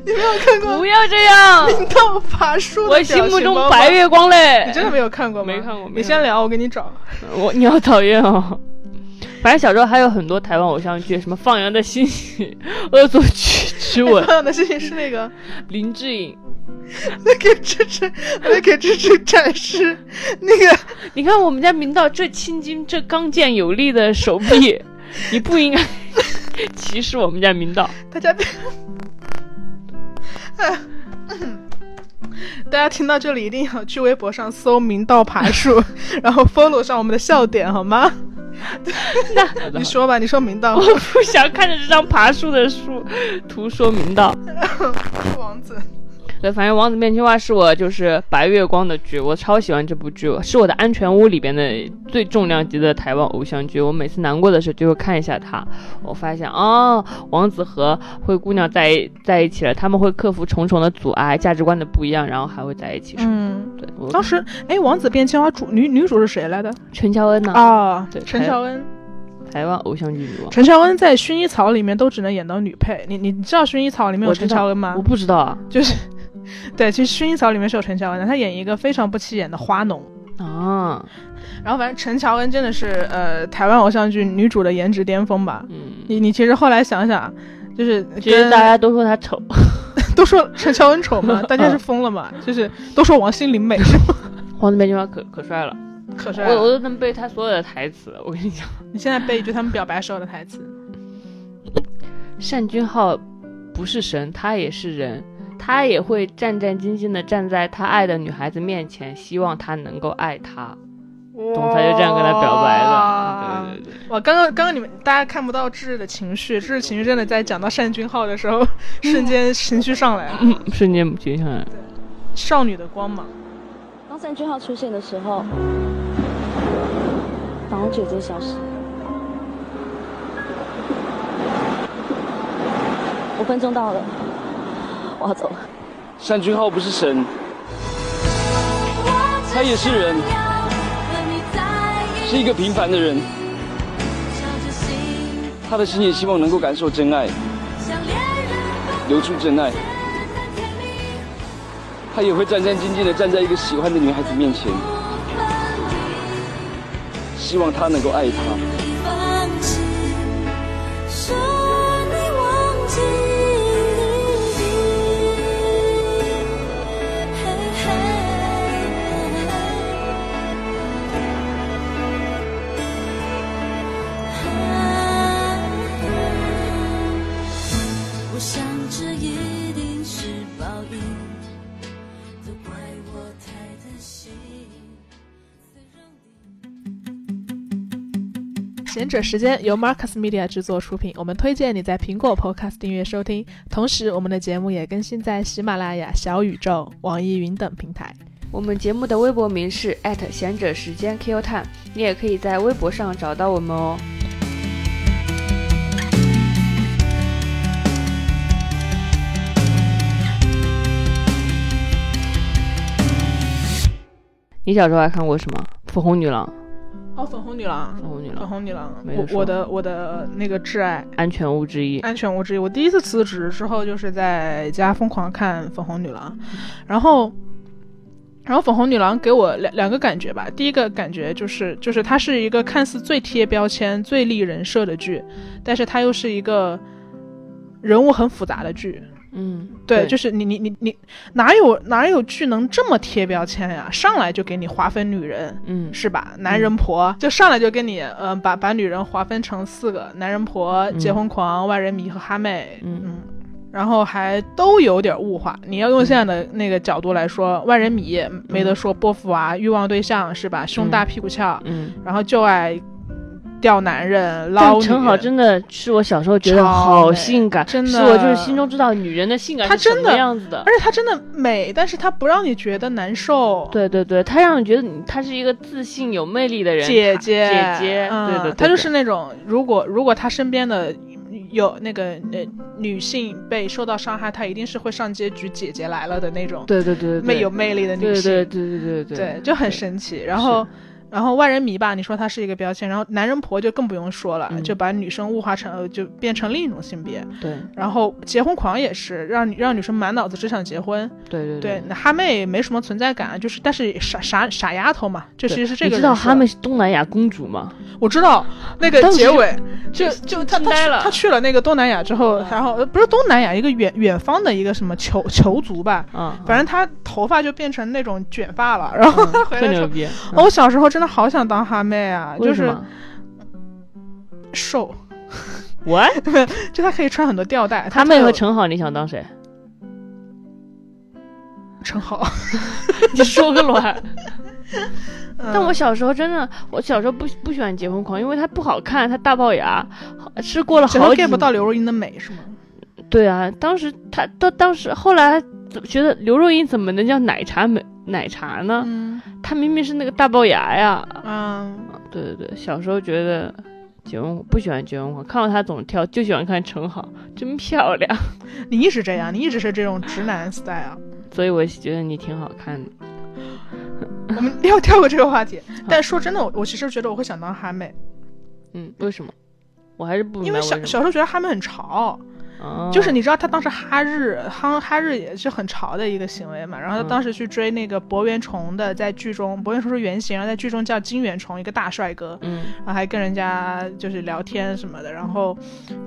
你没有看过不要这样，明道爬树的我表情心目中包吗白，月光嘞。你真的没有看过吗？没看过没你看先过聊，我给你找。我你好讨厌哦。反正小时候还有很多台湾偶像剧，什么《放羊的星星》《恶作剧之吻》看到的事情 [LAUGHS] 是那个，林志颖。那给芝芝，那给芝芝展示那个你看我们家明道这青筋、这刚健有力的手臂，你不应该 [LAUGHS] 歧视我们家明道。大 [LAUGHS] 家别，哎大家听到这里一定要去微博上搜“明道爬 [LAUGHS] 树”，然后 follow 上我们的笑点，好吗？那你说吧，你说明道我不想看着这张爬树的树图说明道。王子，对，反正《王子变青蛙》是我就是白月光的剧，我超喜欢这部剧，是我的安全屋里边的最重量级的台湾偶像剧。我每次难过的时候就会看一下它，我发现哦，王子和灰姑娘在一在一起了，他们会克服重重的阻碍，价值观的不一样，然后还会在一起。嗯、嗯，对，我当时哎，王子变青蛙主女女主是谁来的？陈乔恩呢、啊对陈乔恩。台湾偶像剧女王，陈乔恩在《薰衣草》里面都只能演到女配，你你知道《薰衣草》里面有我知陈道乔恩吗我？不知道啊就是，对，其实《薰衣草》里面是有陈乔恩的，她演一个非常不起眼的花农。啊，然后反正陈乔恩真的是呃台湾偶像剧女主的颜值巅峰吧。嗯，你你其实后来想想，就是其实跟大家都说她丑， [LAUGHS] 都说陈乔恩丑嘛，大家是疯了嘛，就是都说王心凌美是吗？ 《王子变青蛙》可可帅了， [LAUGHS] 可是啊我我都能背她所有的台词，我跟你讲。你现在背一句他们表白时候的台词，单君浩不是神，他也是人，他也会战战兢兢地站在他爱的女孩子面前，希望她能够爱他。总裁就这样跟他表白哇的。对对对，哇，刚刚刚刚你们大家看不到智智的情绪，智智情绪真的在讲到单君浩的时候，瞬间情绪上来了，嗯瞬间接上来。 [LAUGHS] 少女的光芒。当三句号出现的时候，然后就已经消失了。五分钟到了，我要走了。单君浩不是神，他也是人，是一个平凡的人，他的心也希望能够感受真爱，留住真爱。他也会战战兢兢地站在一个喜欢的女孩子面前，希望她能够爱他。放弃，说你忘记你。嘿嘿我想这一定是报应，都怪我太贪心。贤者时间由 Marcus Media 制作出品，我们推荐你在苹果 Podcast 订阅收听，同时我们的节目也更新在喜马拉雅、小宇宙、网易云等平台。我们节目的微博名是贤者时间 Q Time，你也可以在微博上找到我们哦。你小时候还看过什么？《粉红女郎》，哦，粉红女郎《粉，红女粉郎》红女郎，没我得说我的我的那个挚爱，安全屋之一。安全无之一。我第一次辞职之后，就是在家疯狂看粉红女郎，嗯然后。然后粉红女郎给我两两个感觉吧，第一个感觉就是，就是它是一个看似最贴标签、最立人设的剧，但是它又是一个人物很复杂的剧。嗯，对，就是你你你你哪有哪有剧能这么贴标签呀、上来就给你划分女人，嗯是吧？男人婆、就上来就跟你，嗯、把把女人划分成四个：男人婆、嗯结婚狂、万人迷和哈妹。嗯然后还都有点物化。你要用现在的那个角度来说，万人迷没得说，波伏娃、欲望对象是吧？胸大屁股翘，嗯。然后就爱钓男人、捞但女陈好人真的是我小时候觉得超好美性感，真是的我就是心中知道女人的性感她是什真么的样子的。而且她真的美，但是她不让你觉得难受。对对对，他让你觉得你他是一个自信有魅力的人，姐她姐，姐姐，嗯、对对对，她就对是那种，如果如果她身边的有那个呃女性被受到伤害，她一定是会上街举“姐姐来了”的那种对对对对，魅对有魅力的女对性，对对对对对就很神奇。然后。然后万人迷吧，你说它是一个标签，然后男人婆就更不用说了，嗯就把女生物化成呃就变成另一种性别。对然后结婚狂也是让女让女生满脑子只想结婚，对对对，那哈妹也没什么存在感，就是但是傻傻傻丫头嘛，这对其实是这你个知道人设她们是东南亚公主吗？我知道那个当时结就尾，就就他他呆去了他去了那个东南亚之嗯后，然后呃不是东南亚一个远远方的一个什么球球族吧，啊，反正他头发就变成那种卷发嗯了，然后他回特来说牛。逼。哦，我小时候真的好想当哈妹啊，就嗯为什是么瘦，我 [LAUGHS] 就她可以穿很多吊带。他她妹有和陈好，你想当 [LAUGHS] 谁？陈好，你说个卵。嗯但但我小时候真的，我小时候不不喜欢结婚狂，因为它不好看，它大龅牙，是过了小时候好几 get 不到刘若英的美是吗？对啊，当时他到当时后来怎觉得刘若英怎么能叫奶茶美奶茶呢？嗯她明明是那个大龅牙呀！嗯，对对对，小时候觉得结婚不喜欢结婚狂，看到她总跳，就喜欢看陈好，真漂亮。 [LAUGHS] 你一直这样，你一直是这种直男 style 啊。所以我觉得你挺好看的。我们要跳过这个话题。但说真的，我我其实觉得我会想当哈妹，嗯，为什么？我还是不明因白为什小么小时候觉得哈妹很潮，哦就是你知道他当时哈日哈哈日也是很潮的一个行为嘛，然后嗯他当时去追那个博元崇的，在剧中博元崇是原型，然后在剧中叫金元崇，一个大帅哥，嗯然后还跟人家就是聊天什么的，然后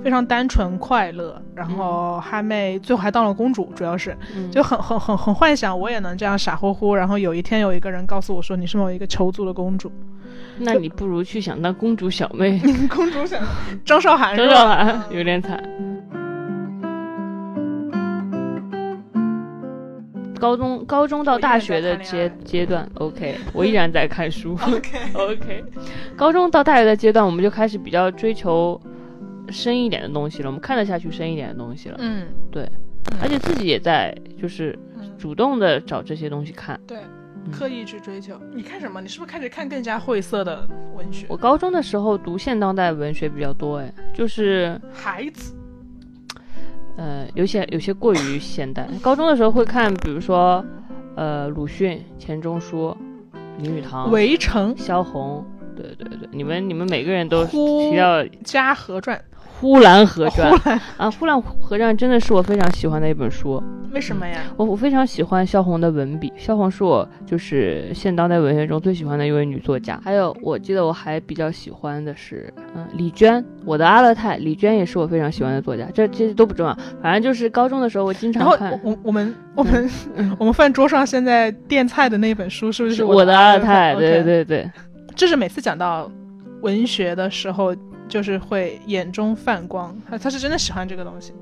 非常单纯快乐，然后哈妹最后还当了公主，主要是嗯就很很很很幻想我也能这样傻乎乎，然后有一天有一个人告诉我说你是某一个酋族的公主，那你不如去想当公主小妹，公主想张韶涵是张吧？韶涵 [LAUGHS] 有点惨。高中高中到大学的阶阶段，OK，我依然在看书。OK [LAUGHS] OK，高中到大学的阶段，我们就开始比较追求深一点的东西了，我们看得下去深一点的东西了，嗯，而且自己也在就是嗯主动的找这些东西看。对，嗯刻意去追求。你看什么？你是不是开始看更加晦涩的文学？我高中的时候读现当代文学比较多，哎，就是孩子，呃，有些有些过于现代。高中的时候会看，比如说，呃，鲁迅、钱钟书、林语堂、围城萧红，对对对，你们你们每个人都呼提到《家和传呼兰河传》 [LAUGHS] 呼兰啊，《呼兰河传》真的是我非常喜欢的一本书。为什么呀？我我非常喜欢萧红的文笔，萧红是我就是现当代文学中最喜欢的一位女作家。还有，我记得我还比较喜欢的是，嗯，李娟，我的阿勒泰，李娟也是我非常喜欢的作家。这这些都不重要，反正就是高中的时候我经然常后看。我我我们嗯我们我们饭桌上现在垫菜的那本书是不是是我的阿勒勒泰，对 OK 对对，就是每次讲到文学的时候，就是会眼中泛光，他他是真的喜欢这个东西。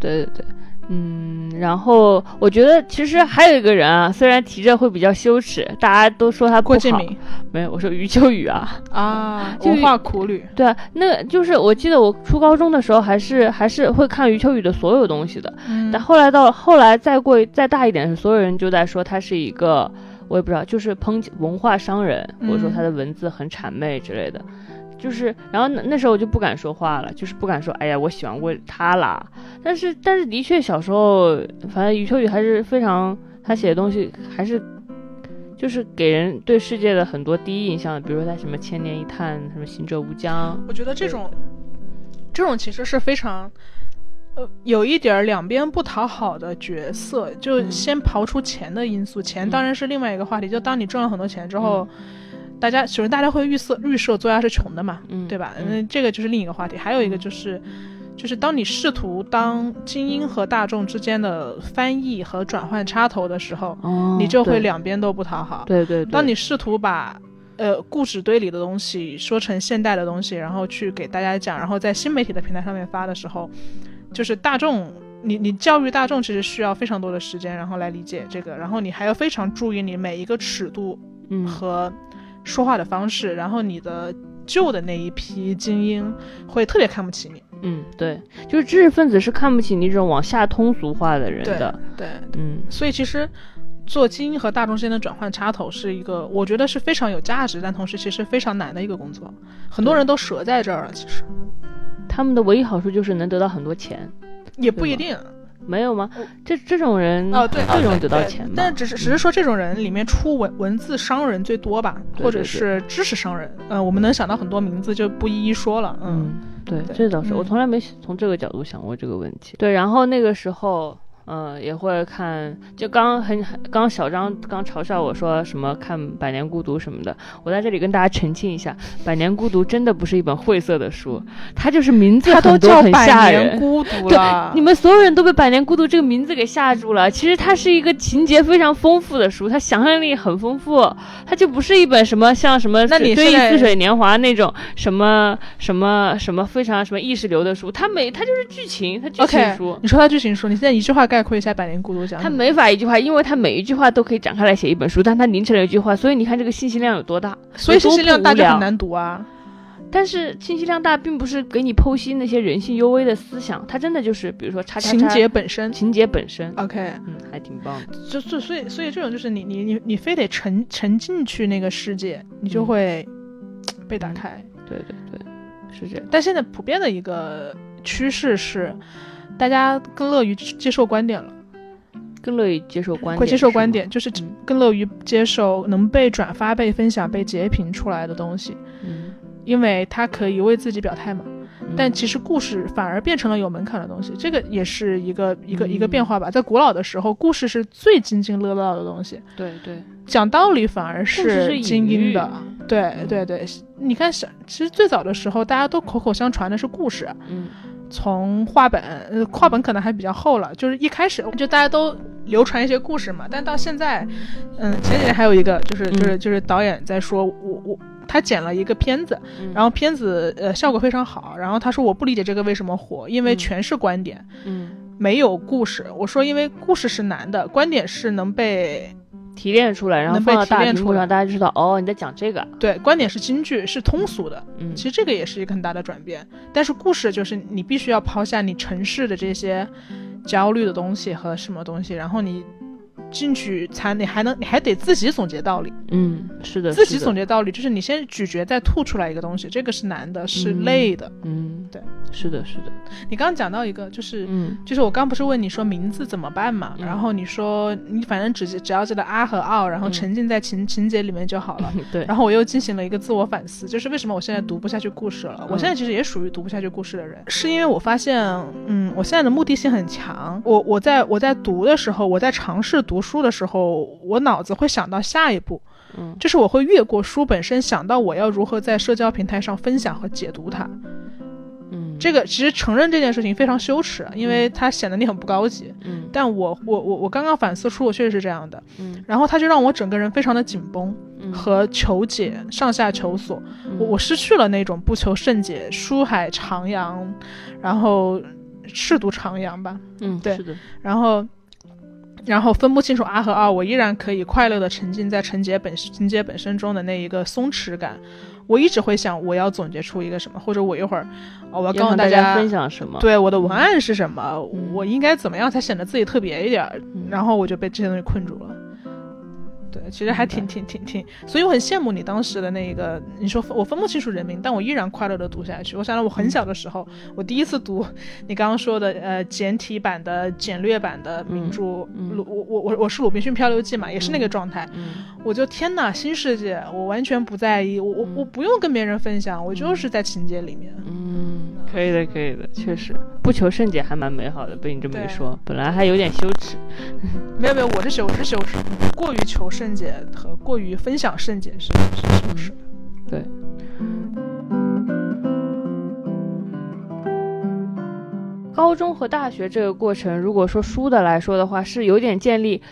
对对对，嗯，然后我觉得其实还有一个人啊，虽然提着会比较羞耻，大家都说他不郭敬好，明没有，我说余秋雨啊，啊，就文化苦旅，对啊，那就是我记得我初高中的时候还是还是会看余秋雨的所有东西的，嗯但后来到后来再过再大一点的时候，所有人就在说他是一个，我也不知道，就是抨击文化商人，或者说嗯他的文字很谄媚之类的。就是，然后那那时候我就不敢说话了，就是不敢说，哎呀，我喜欢过他啦。但是，但是的确，小时候，反正余秋雨还是非常，他写的东西还是，就是给人对世界的很多第一印象，比如说他什么千年一叹，什么行者无疆，我觉得这种，这种其实是非常，呃，有一点儿两边不讨好的角色。就嗯先刨出钱的因素，钱嗯当然是另外一个话题。就当你挣了很多钱之后，大家首先大家会预设预设作家是穷的嘛，嗯，对吧？嗯那这个就是另一个话题。还有一个就是。就是当你试图当精英和大众之间的翻译和转换插头的时候，哦你就会对两边都不讨好。对对对，当你试图把呃故事堆里的东西说成现代的东西，然后去给大家讲，然后在新媒体的平台上面发的时候，就是大众。你你教育大众其实需要非常多的时间，然后来理解这个，然后你还要非常注意你每一个尺度嗯和说话的方式，然后你的旧的那一批精英会特别看不起你。嗯，对，就是知识分子是看不起你这种往下通俗化的人的。对，嗯，所以其实做精英和大众之间的转换插头是一个，我觉得是非常有价值，但同时其实非常难的一个工作。很多人都折在这儿了，其实他们的唯一好处就是能得到很多钱。也不一对嗯定。没有吗？这这种人，哦，对，这种得到对钱吗？但只是只是说这种人里面出文文字商人最多吧，对或者对对是知识商人。呃，我们能想到很多名字，就不一一说了。嗯，嗯，对，对这倒是，我嗯从来没从这个角度想过这个问题。对，然后那个时候，呃，也会看，就刚很刚小张刚嘲笑我说什么看《百年孤独》什么的，我在这里跟大家澄清一下，《百年孤独》真的不是一本晦涩的书，它就是名字他都很多叫很吓百年人。孤独对了，嗯你们所有人都被《百年孤独》这个名字给吓住了。其实它是一个情节非常丰富的书，它想象力很丰富，它就不是一本什么像什么那你《追忆现在似水年华》那种什么什么什么非常什么意识流的书。它没，它就是剧情，它剧 [LAUGHS] OK 情嗯书。你说他剧情书，你现在一句话概括一下《百年孤独》讲什它么。没法一句话，因为它每一句话都可以展开来写一本书，但它凝成了一句话，所以你看这个信息量有多大。所以信息量大就有多不无聊很难读啊。但是信息量大，并不是给你剖析那些人性幽微的思想，它真的就是，比如说叉叉叉情节本身情节本身， ，OK，嗯，还挺棒的。就就所以所以这种就是你你你你非得沉沉浸去那个世界，你就嗯会嘖被打开。对对对，是这样。但现在普遍的一个趋势是，大家更乐于接受观点了，更乐意接受观点，会接受观是吗，嗯点，就是更乐于接受能被转发、被分享、被截屏出来的东西，嗯，因为它可以为自己表态嘛。嗯但其实故事反而变成了有门槛的东西，这个也是一个一个一个嗯变化吧。在古老的时候，故事是最津津乐道的东西，对对，讲道理反而故事是精隐英喻的。嗯对对对，你看小，其实最早的时候，大家都口口相传的是故事，嗯从画本，呃，画本可能还比较厚了，就是一开始就大家都流传一些故事嘛，但到现在，嗯，前几天还有一个就是嗯就是就是导演在说，我我他剪了一个片子，嗯然后片子呃效果非常好，然后他说我不理解这个为什么火，因为嗯全是观点，嗯，没有故事。我说因为故事是难的，观点是能被提炼出来，然后能被放到提大炼屏出幕来上，大家知道哦，你在讲这个，对观点是京剧是通俗的，嗯，其实这个也是一个很大的转变。但是故事就是你必须要抛下你城市的这些焦虑的东西和什么东西，然后你进去才你还能你还得自己总结道理，嗯是的，自己是的总结道理就是你先咀嚼再吐出来一个东西，这个是难的，是嗯累的。嗯对，是的，是的，你刚刚讲到一个就是。嗯就是我刚不是问你说名字怎么办嘛，嗯然后你说你反正只只要记得啊和奥，然后嗯沉浸在情、情节里面 [LAUGHS] 就好了。对，然后我又进行了一个自我反思，就是为什么我现在读不下去故事嗯了？我现在其实也属于读不下去故事的人，是因为我发现，嗯，我现在的目的性很强。我我在我在读的时候，我在尝试读书的时候，我脑子会想到下一步，嗯就是我会越过书本身，想到我要如何在社交平台上分享和解读它。嗯这个其实承认这件事情非常羞耻，因为它显得你很不高级。嗯但我我我我刚刚反思出我确实是这样的，嗯然后它就让我整个人非常的紧绷嗯和求解，上下求索。我我失去了那种不求甚解、书海徜徉，然后舐犊徜徉吧，嗯对是的，然后。然后分不清楚啊和二，我依然可以快乐的沉浸在情节本情节本身中的那一个松弛感。我一直会想，我要总结出一个什么，或者我一会儿，哦我要告要诉向大大家分享什么？对我的文案是什么，嗯我应该怎么样才显得自己特别一点儿，嗯，然后我就被这些东西困住了。对，其实还挺明白挺挺挺，所以我很羡慕你当时的那个，你说我分不清楚人名，但我依然快乐的读下去。我想到我嗯很小的时候，我第一次读你刚刚说的呃简体版的、简略版的名著，鲁、嗯我我我我是《鲁滨逊漂流记》嘛，也是那个状态，嗯我就天呐，新世界，我完全不在意，我我我不用跟别人分享，我就是在情节里面。嗯，可以的，可以的，确实不求甚解还蛮美好的。被你这么一对说，本来还有点羞耻。没有没有，我是羞，我是羞耻，过于求甚解和过于分享甚解是是羞耻。高中和大学这个过程，如果说书的来说的话，是有点建立，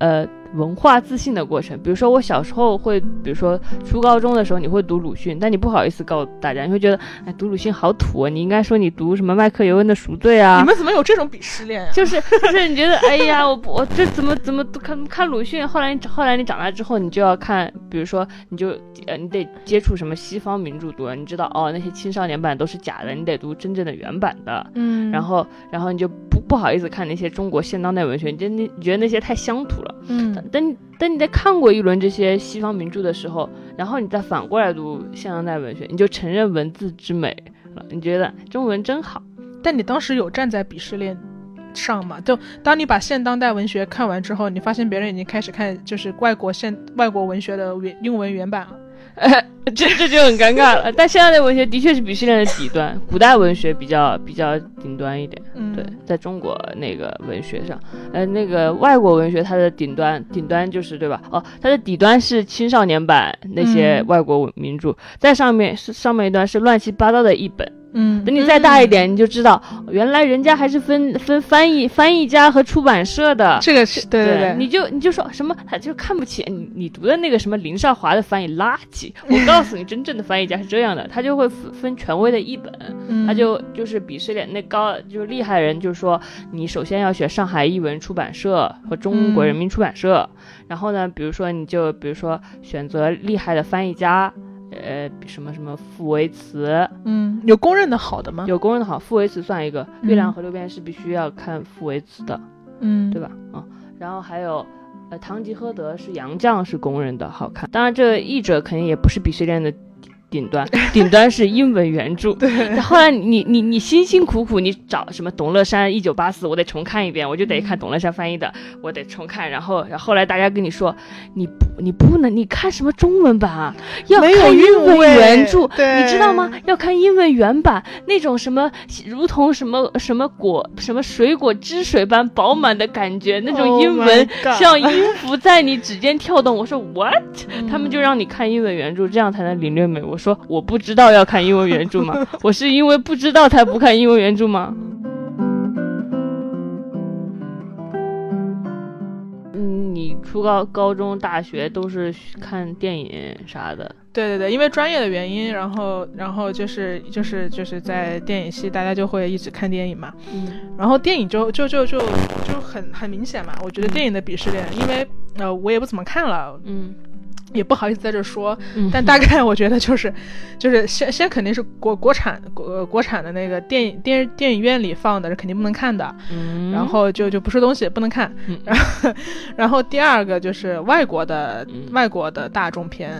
呃，文化自信的过程。比如说我小时候会，比如说初高中的时候，你会读鲁迅，但你不好意思告诉大家，你会觉得，哎，读鲁迅好土啊，你应该说你读什么麦克尤恩的《赎罪》啊你。们怎么有这种鄙视链啊呀、就是就是你觉得哎呀，我不我这怎么怎么都看看鲁迅，后来你后来你长大之后，你就要看，比如说你就呃你得接触什么西方名著读了，你知道哦那些青少年版都是假的，你得读真正的原版的。嗯然后然后你就不不好意思看那些中国现当代文学，你真的你觉得那些太乡土了。嗯等等你在看过一轮这些西方名著的时候，然后你再反过来读现当代文学，你就承认文字之美了，你觉得中文真好。， [LAUGHS] 但你当时有站在鄙视链上嘛。就当你把现当代文学看完之后，你发现别人已经开始看就是外国现外国文学的原英文原版了。这这就很尴尬了。但现在的文学的确是鄙视链的底端，古代文学比较比较顶端一点。嗯，对，在中国那个文学上，呃，那个外国文学它的顶端，顶端就是对吧？哦，它的底端是青少年版那些嗯外国文名著，在上面是上面一段是乱七八糟的译本。嗯，等你再大一点，你就知道原来人家还是分分翻译翻译家和出版社的。嗯这个是对对对，你就你就说什么，他就看不起你，你读的那个什么林少华的翻译垃圾。我告诉你，真正的翻译家是这样的，他就会分分权威的译本，嗯他就就是鄙视链那高就是厉害人，就说你首先要学上海译文出版社和嗯中国人民出版社，然后呢，比如说你就比如说选择厉害的翻译家，呃，什么什么傅维茨，嗯有公认的好的吗？有公认的好，傅维茨算一个，嗯月亮和六便士》必须要看傅维茨的，嗯，对吧？嗯，然后还有。呃，堂吉诃德是杨绛是公认的好看，当然这个译者肯定也不是鄙视链的顶端，顶端是英文原著。 [LAUGHS] 对，后来你你你辛辛苦苦你找什么董乐山一九八四，我得重看一遍，我就得嗯看董乐山翻译的，我得重看。然后然后后来大家跟你说，你不你不能你看什么中文版啊，要没有看英文韵味原著，对你知道吗？要看英文原版，那种什么如同什么什么果什么水果汁水般饱满的感觉，那种 Oh 英 my 文、 God [LAUGHS] 像音符在你指尖跳动。我说 what？他们就让你看英文原著，这样才能领略美。我说我不知道要看英文原著 [LAUGHS] 吗？我是因为不知道才不看英文原著吗？嗯，你初高、高中、大学都是看电影啥的，对对对，因为专业的原因，然后然后就是就是就是在电影系，大家就会一直看电影嘛。嗯然后电影就就就就就很很明显嘛，我觉得嗯电影的鄙视链，因为呃我也不怎么看了，嗯也不好意思在这说，嗯，但大概我觉得就是，就是先先肯定是国国产国呃国产的那个电影电电影院里放的，是肯定不能看的，嗯然后就就不是东西不能看嗯，然后 [LAUGHS] 然后第二个就是外国的嗯外国的大众片。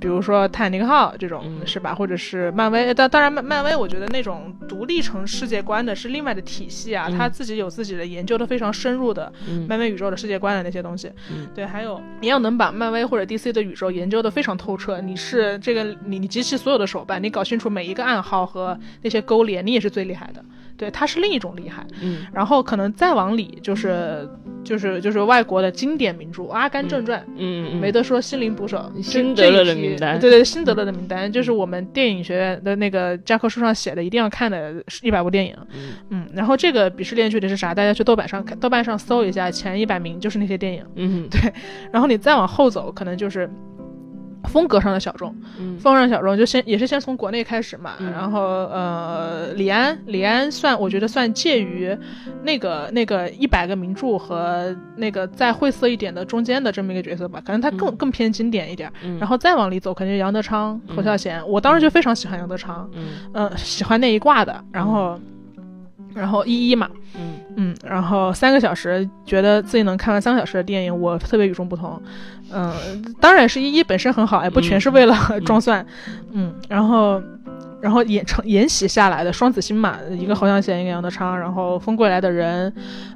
比如说《泰坦尼克号》这种、嗯是吧，或者是漫威，呃当当然漫漫威，我觉得那种独立成世界观的是另外的体系啊，嗯他自己有自己的研究的非常深入的，嗯漫威宇宙的世界观的那些东西，嗯对，还有你要能把漫威或者 DC 的宇宙研究的非常透彻，你是这个你你集齐所有的手办，你搞清楚每一个暗号和那些勾连，你也是最厉害的。对，它是另一种厉害。嗯然后可能再往里就是就是就是外国的经典名著《阿甘正传》嗯嗯没得说，《心灵捕手》这辛德勒的这一批名单对对，辛德勒的名单就是我们电影学院的那个教科书上写的，一定要看的一百部电影。嗯嗯，然后这个鄙视链距离是啥？大家去豆瓣上看，豆瓣上搜一下前一百名就是那些电影，嗯然后你再往后走，可能就是。风格上的小众，嗯风格上的小众就先也是先从国内开始嘛，嗯然后呃，李安，李安算我觉得算介于那个那个一百个名著和那个再晦涩一点的中间的这么一个角色吧，可能他更、嗯更偏经典一点，嗯然后再往里走，肯定是杨德昌、侯孝贤，我当时就非常喜欢杨德昌，嗯嗯、喜欢那一挂的，然后然后一一嘛，嗯嗯，然后三个小时，觉得自己能看完三个小时的电影，我特别与众不同。嗯、当然是一一本身很好，嗯也不全是为了装蒜。嗯然后，然后沿承沿袭下来的双子星嘛，一个侯孝贤，一个杨德昌，然后《风归来的人》，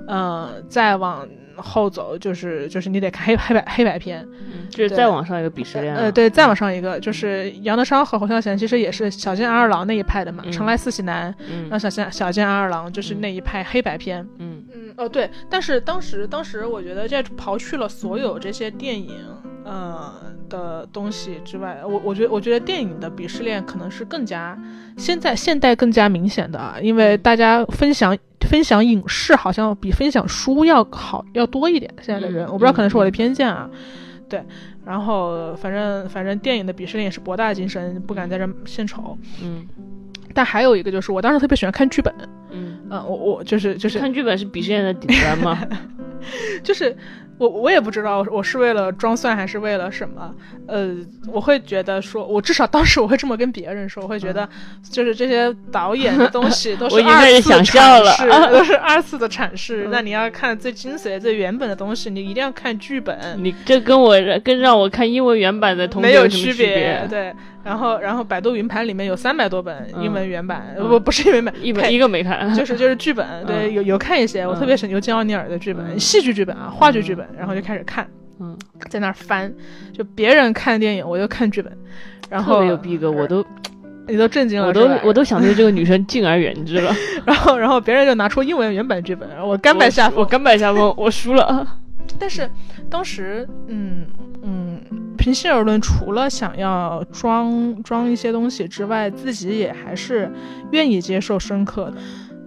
呃，再往后走就是就是你得看黑黑白黑白片，嗯，这是对再往上一个鄙视链啊了呃，对，再往上一个就是杨德昌和侯孝贤，其实也是小津安二郎那一派的嘛，嗯城来四喜男》，嗯然后小津小津安二郎就是嗯那一派黑白片。嗯嗯，哦对，但是当时当时我觉得在刨去了所有这些电影呃的东西之外，我我觉得我觉得电影的鄙视链可能是更加现在现代更加明显的啊，因为大家分享。分享影视好像比分享书要好要多一点，现在的嗯人、我不知道，可能是我嗯的偏见啊。对，然后反正反正电影的鄙视链也是博大精深，不敢在这儿献丑。嗯但还有一个就是，我当时特别喜欢看剧本，嗯，嗯，我我就是就是看剧本是鄙视链的顶端吗？ [LAUGHS] 就是我我也不知道我是为了装蒜还是为了什么，呃，我会觉得说，我至少当时我会这么跟别人说，我会觉得就是这些导演的东西 [LAUGHS] 都嗯是我已经二开始次的想笑了嗯阐 [LAUGHS] 释，都是二次的阐释。那你要看最精髓、最原本的东西，你一定要看剧本。你这跟我跟让我看英文原版的同学没有什么区别，对，然然后然后百度云盘里面有三百多本嗯英文原版，呃嗯不不是英文版，一本看一个没看，就是就是剧本，对，嗯有有看一些，我嗯特别喜欢尤金奥尼尔的剧本，嗯戏剧剧本啊，话剧剧本，然后就开始看，嗯，在那儿翻，就别人看电影，我就看剧本，然特后别有逼格，我都你都震惊了，呃我都是吧我都想对这个女生敬而远之了。 [LAUGHS] 然后然后别人就拿出英文原版剧本，然后我甘拜下我风。甘拜下风，我输 [LAUGHS] 了。但是当时，嗯嗯，平心而论，除了想要装装一些东西之外，自己也还是愿意接受深刻的。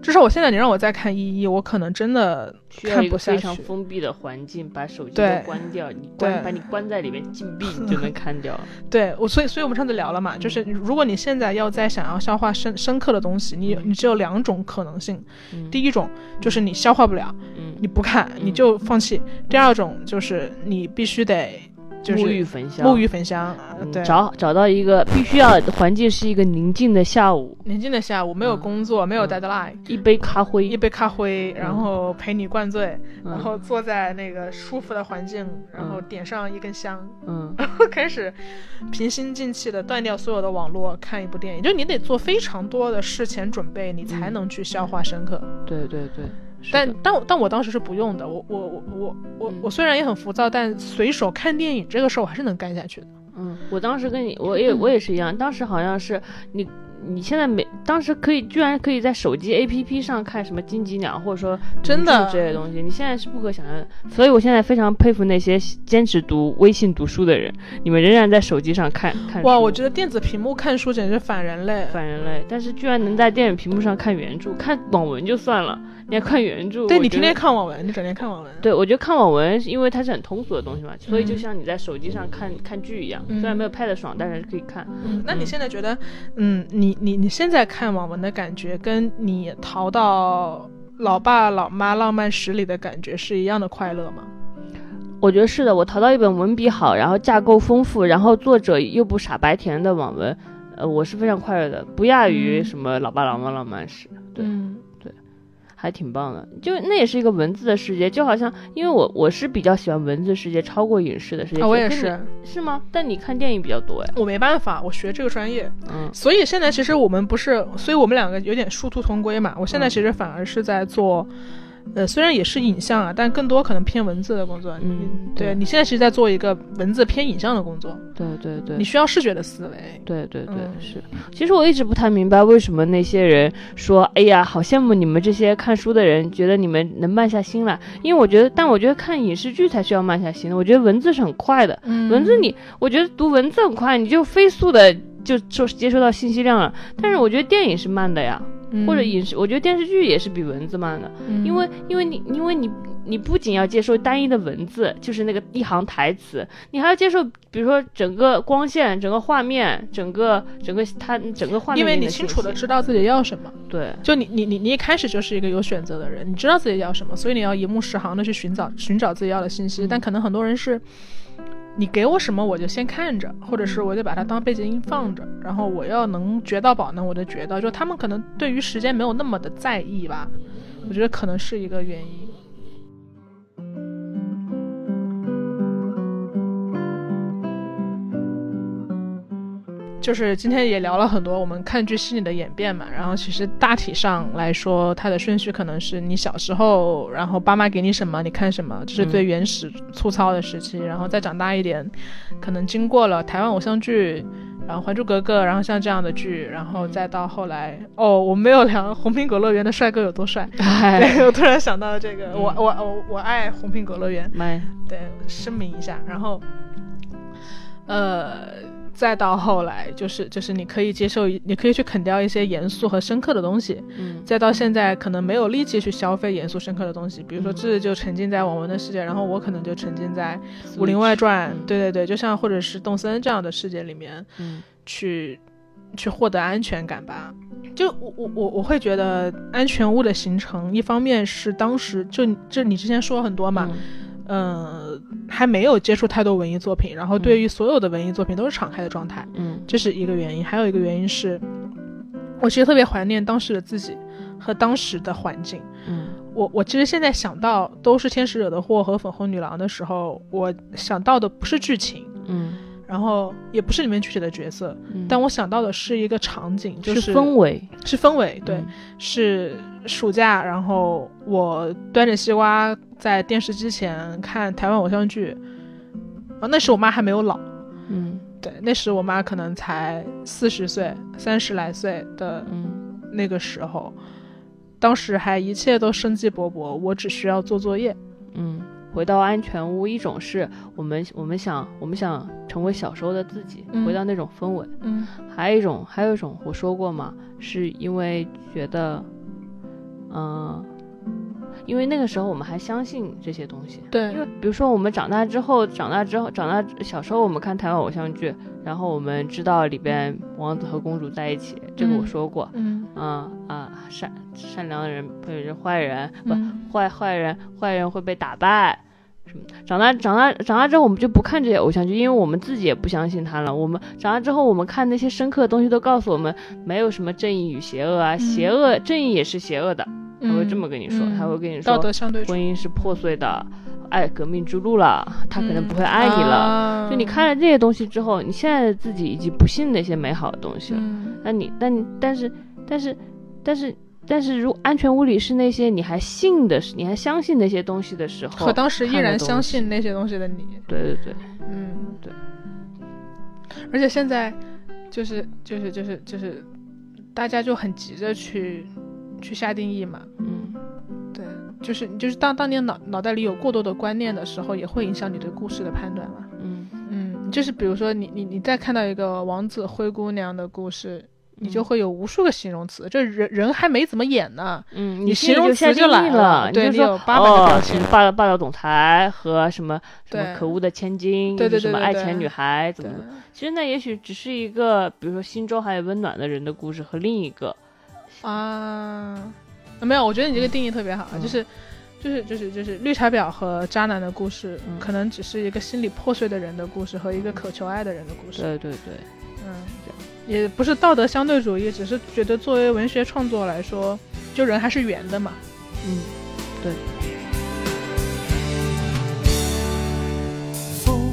至少我现在，你让我再看一一，我可能真的需要看一不个下非去常。封闭的环境，把手机对都关掉，你对关把你关在里面禁 [LAUGHS] 闭，你就能看掉。对我，所以所以我们上次聊了嗯嘛，就是如果你现在要再想要消化深深刻的东西，你你只有两种可能性。嗯第一种就是你消化不了，嗯，你不看，你就放弃；第二种就是你必须得就是沐浴焚香，沐浴焚香，呃嗯对，找找到一个必须要环境是一个宁静的下午，宁静的下午，没嗯有工作，没有 deadline，一杯咖啡，一杯咖啡，然后陪你灌醉，嗯然后坐在那个舒服的环境，然后嗯点上一根香， [LAUGHS] 嗯开始平心静气的断掉所有的网络，看一部电影。就你得做非常多的事前准备，你才能去消化深刻。对对对，是但的但我但我当时是不用的，我我我我我嗯我虽然也很浮躁，但随手看电影这个事儿我还是能干下去的。嗯，我当时跟你，我也我也是一样，当时好像是你。你现在没，当时可以居然可以在手机 APP 上看什么金鸡鸟，或者说真的名著之类的东西，你现在是不可想象的。所以我现在非常佩服那些坚持读微信读书的人，你们仍然在手机上看看哇，书我觉得电子屏幕看书简直反人类。反人类，但是居然能在电影屏幕上看原著，看网文就算了，你还看原著，对我你觉天得天看网文，你整天看网文。对，我觉得看网文，是因为它是很通俗的东西嘛，所以就嗯像你在手机上看看剧一样，嗯虽然没有拍的爽，但是可以看。嗯，那你嗯现在觉得，嗯，你你你现在看网文的感觉，跟你逃到老爸老妈浪漫史里的感觉是一样的快乐吗？我觉得是的，我淘到一本文笔好，然后架构丰富，然后作者又不傻白甜的网文，呃，我是非常快乐的，不亚于嗯什么《老爸老妈浪漫史》。对嗯还挺棒的，就那也是一个文字的世界，就好像因为我我是比较喜欢文字世界超过影视的世界，啊，我也跟你是，是吗？但你看电影比较多呀，我没办法，我学这个专业，嗯所以现在其实我们不是，所以我们两个有点殊途同归嘛。我现在嗯其实反而是在做，呃，虽然也是影像啊，但更多可能偏文字的工作。嗯，对你现在其实在做一个文字偏影像的工作，对对对，你需要视觉的思维。对对对，嗯是。其实我一直不太明白，为什么那些人说：“哎呀，好羡慕你们这些看书的人，觉得你们能慢下心来。”因为我觉得，但我觉得看影视剧才需要慢下心的。我觉得文字是很快的，嗯文字你，我觉得读文字很快，你就飞速的就就接收到信息量了。但是我觉得电影是慢的呀，或者影视，我觉得电视剧也是比文字慢的。嗯，因为因为你因为你你不仅要接受单一的文字，就是那个一行台词，你还要接受，比如说整个光线、整个画面、整个整个它整个画面里因为面你的清信息，楚的知道自己要什么。对就你你你你一开始就是一个有选择的人，你知道自己要什么，所以你要一目十行的去寻找寻找自己要的信息。但可能很多人是，你给我什么我就先看着，或者是我就把它当背景音放着，然后我要能觉到宝呢我就觉到，就他们可能对于时间没有那么的在意吧，我觉得可能是一个原因。就是今天也聊了很多我们看剧心理的演变嘛，然后其实大体上来说，它的顺序可能是你小时候，然后爸妈给你什么你看什么，这是最原始粗糙的时期，然后再长大一点，可能经过了台湾偶像剧，然后《还珠格格》，然后像这样的剧，然后再到后来，哦，我没有聊《红苹果乐园》的帅哥有多帅， [LAUGHS] 哎， [LAUGHS] [LAUGHS] 对我突然想到这个，我我我我爱《红苹果乐园》，蛮对，声明一下。然后，呃，再到后来，就是就是你可以接受一，你可以去啃掉一些严肃和深刻的东西。嗯再到现在，可能没有力气去消费严肃深刻的东西，比如说智就沉浸在网文的世界，然后我可能就沉浸在《武林外传》嗯对对对，就像或者是动森这样的世界里面嗯去去获得安全感吧。就我我我我会觉得安全屋的形成，一方面是当时就就你之前说很多嗯嘛，呃，还没有接触太多文艺作品，然后对于所有的文艺作品都是敞开的状态，嗯这是一个原因。还有一个原因是，我其实特别怀念当时的自己和当时的环境。嗯我我其实现在想到都是天使惹的祸和粉红女郎的时候，我想到的不是剧情，嗯然后也不是里面具体的角色，嗯但我想到的是一个场景，就是氛围，是氛围，对，嗯，是暑假，然后我端着西瓜在电视机前看台湾偶像剧，啊，那时我妈还没有老，嗯对，那时我妈可能才四十岁、三十来岁的嗯那个时候，当时还一切都生机勃勃，我只需要做作业，嗯。回到安全屋，一种是我们我们想我们想成为小时候的自己，嗯回到那种氛围；嗯还有一种还有一种我说过嘛，是因为觉得，嗯、因为那个时候我们还相信这些东西，对因为比如说我们长大之后，长大之后，长大小时候我们看台湾偶像剧，然后我们知道里边王子和公主在一起，这个我嗯说过，嗯嗯啊，善善良的人会是坏人，不、嗯坏坏人坏人会被打败。什么的？长大长大长大之后，我们就不看这些偶像剧，因为我们自己也不相信他了。我们长大之后，我们看那些深刻的东西，都告诉我们没有什么正义与邪恶啊，嗯邪恶正义也是邪恶的，他会这么跟你说，嗯他会跟你说道德相对主婚姻是破碎的，爱革命之路了，他可能不嗯会爱你了。了就你看了这些东西之后，你现在自己已经不信那些美好的东西了。嗯那你，但你，但是，但是，但是，但是，如安全屋里是那些你还信的，你还相信那些东西的时候，和当时依看的然东相西信那些东西的你，对对对，嗯，对。而且现在就是就是就是就是，大家就很急着去去下定义嘛。嗯，对，就是就是当当你脑脑袋里有过多的观念的时候，也会影响你对故事的判断嘛。嗯，嗯，就是比如说你你你再看到一个王子灰姑娘的故事。你就嗯会有无数个形容词，这人人还没怎么演呢，嗯，你心形里容就下词定来义了，对你你就有说八百个哦表，情什么，霸道霸道总裁和什么什对么可恶的千金，对对对什么对爱对钱女孩，怎对么怎么其实那也许只是一个，比如说心中还有温暖的人的故事和另一个，啊，没有，我觉得你这个定义特别好，嗯就是。就是就是就是绿茶婊和渣男的故事，嗯可能只是一个心理破碎的人的故事和一个渴求爱的人的故事。对对对，嗯，也不是道德相对主义，只是觉得作为文学创作来说，就人还是圆的嘛。嗯，风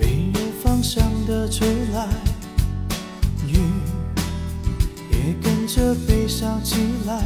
没有方向的吹来，雨也跟着悲伤起来。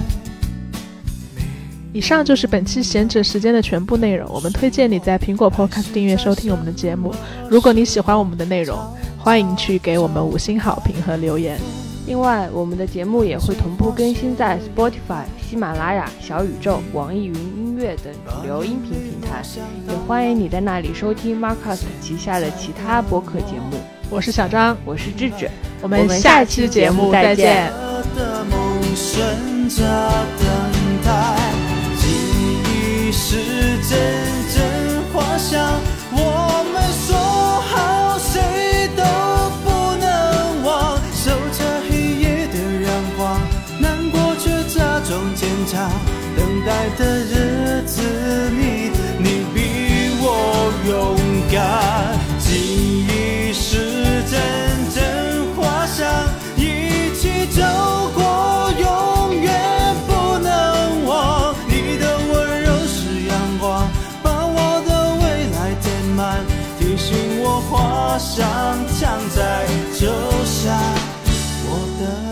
以上就是本期闲者时间的全部内容。我们推荐你在苹果 Podcast 订阅收听我们的节目。如果你喜欢我们的内容，欢迎去给我们五星好评和留言。另外，我们的节目也会同步更新在 Spotify、喜马拉雅、小宇宙、网易云音乐等主流音频平台，也欢迎你在那里收听 Marcus 旗下的其他播客节目。我是小张，我是智智，我我们们下下期期节节目目再再见见。我的梦顺着等待，记忆是阵阵花香。我们说好，谁都不能忘。守着黑夜的阳光，难过却假装坚强。等待的日子里，你比我勇敢。记忆是阵阵花香，一起走过，永远不能忘。你的温柔是阳光，把我的未来填满，提醒我花香将在就像我的。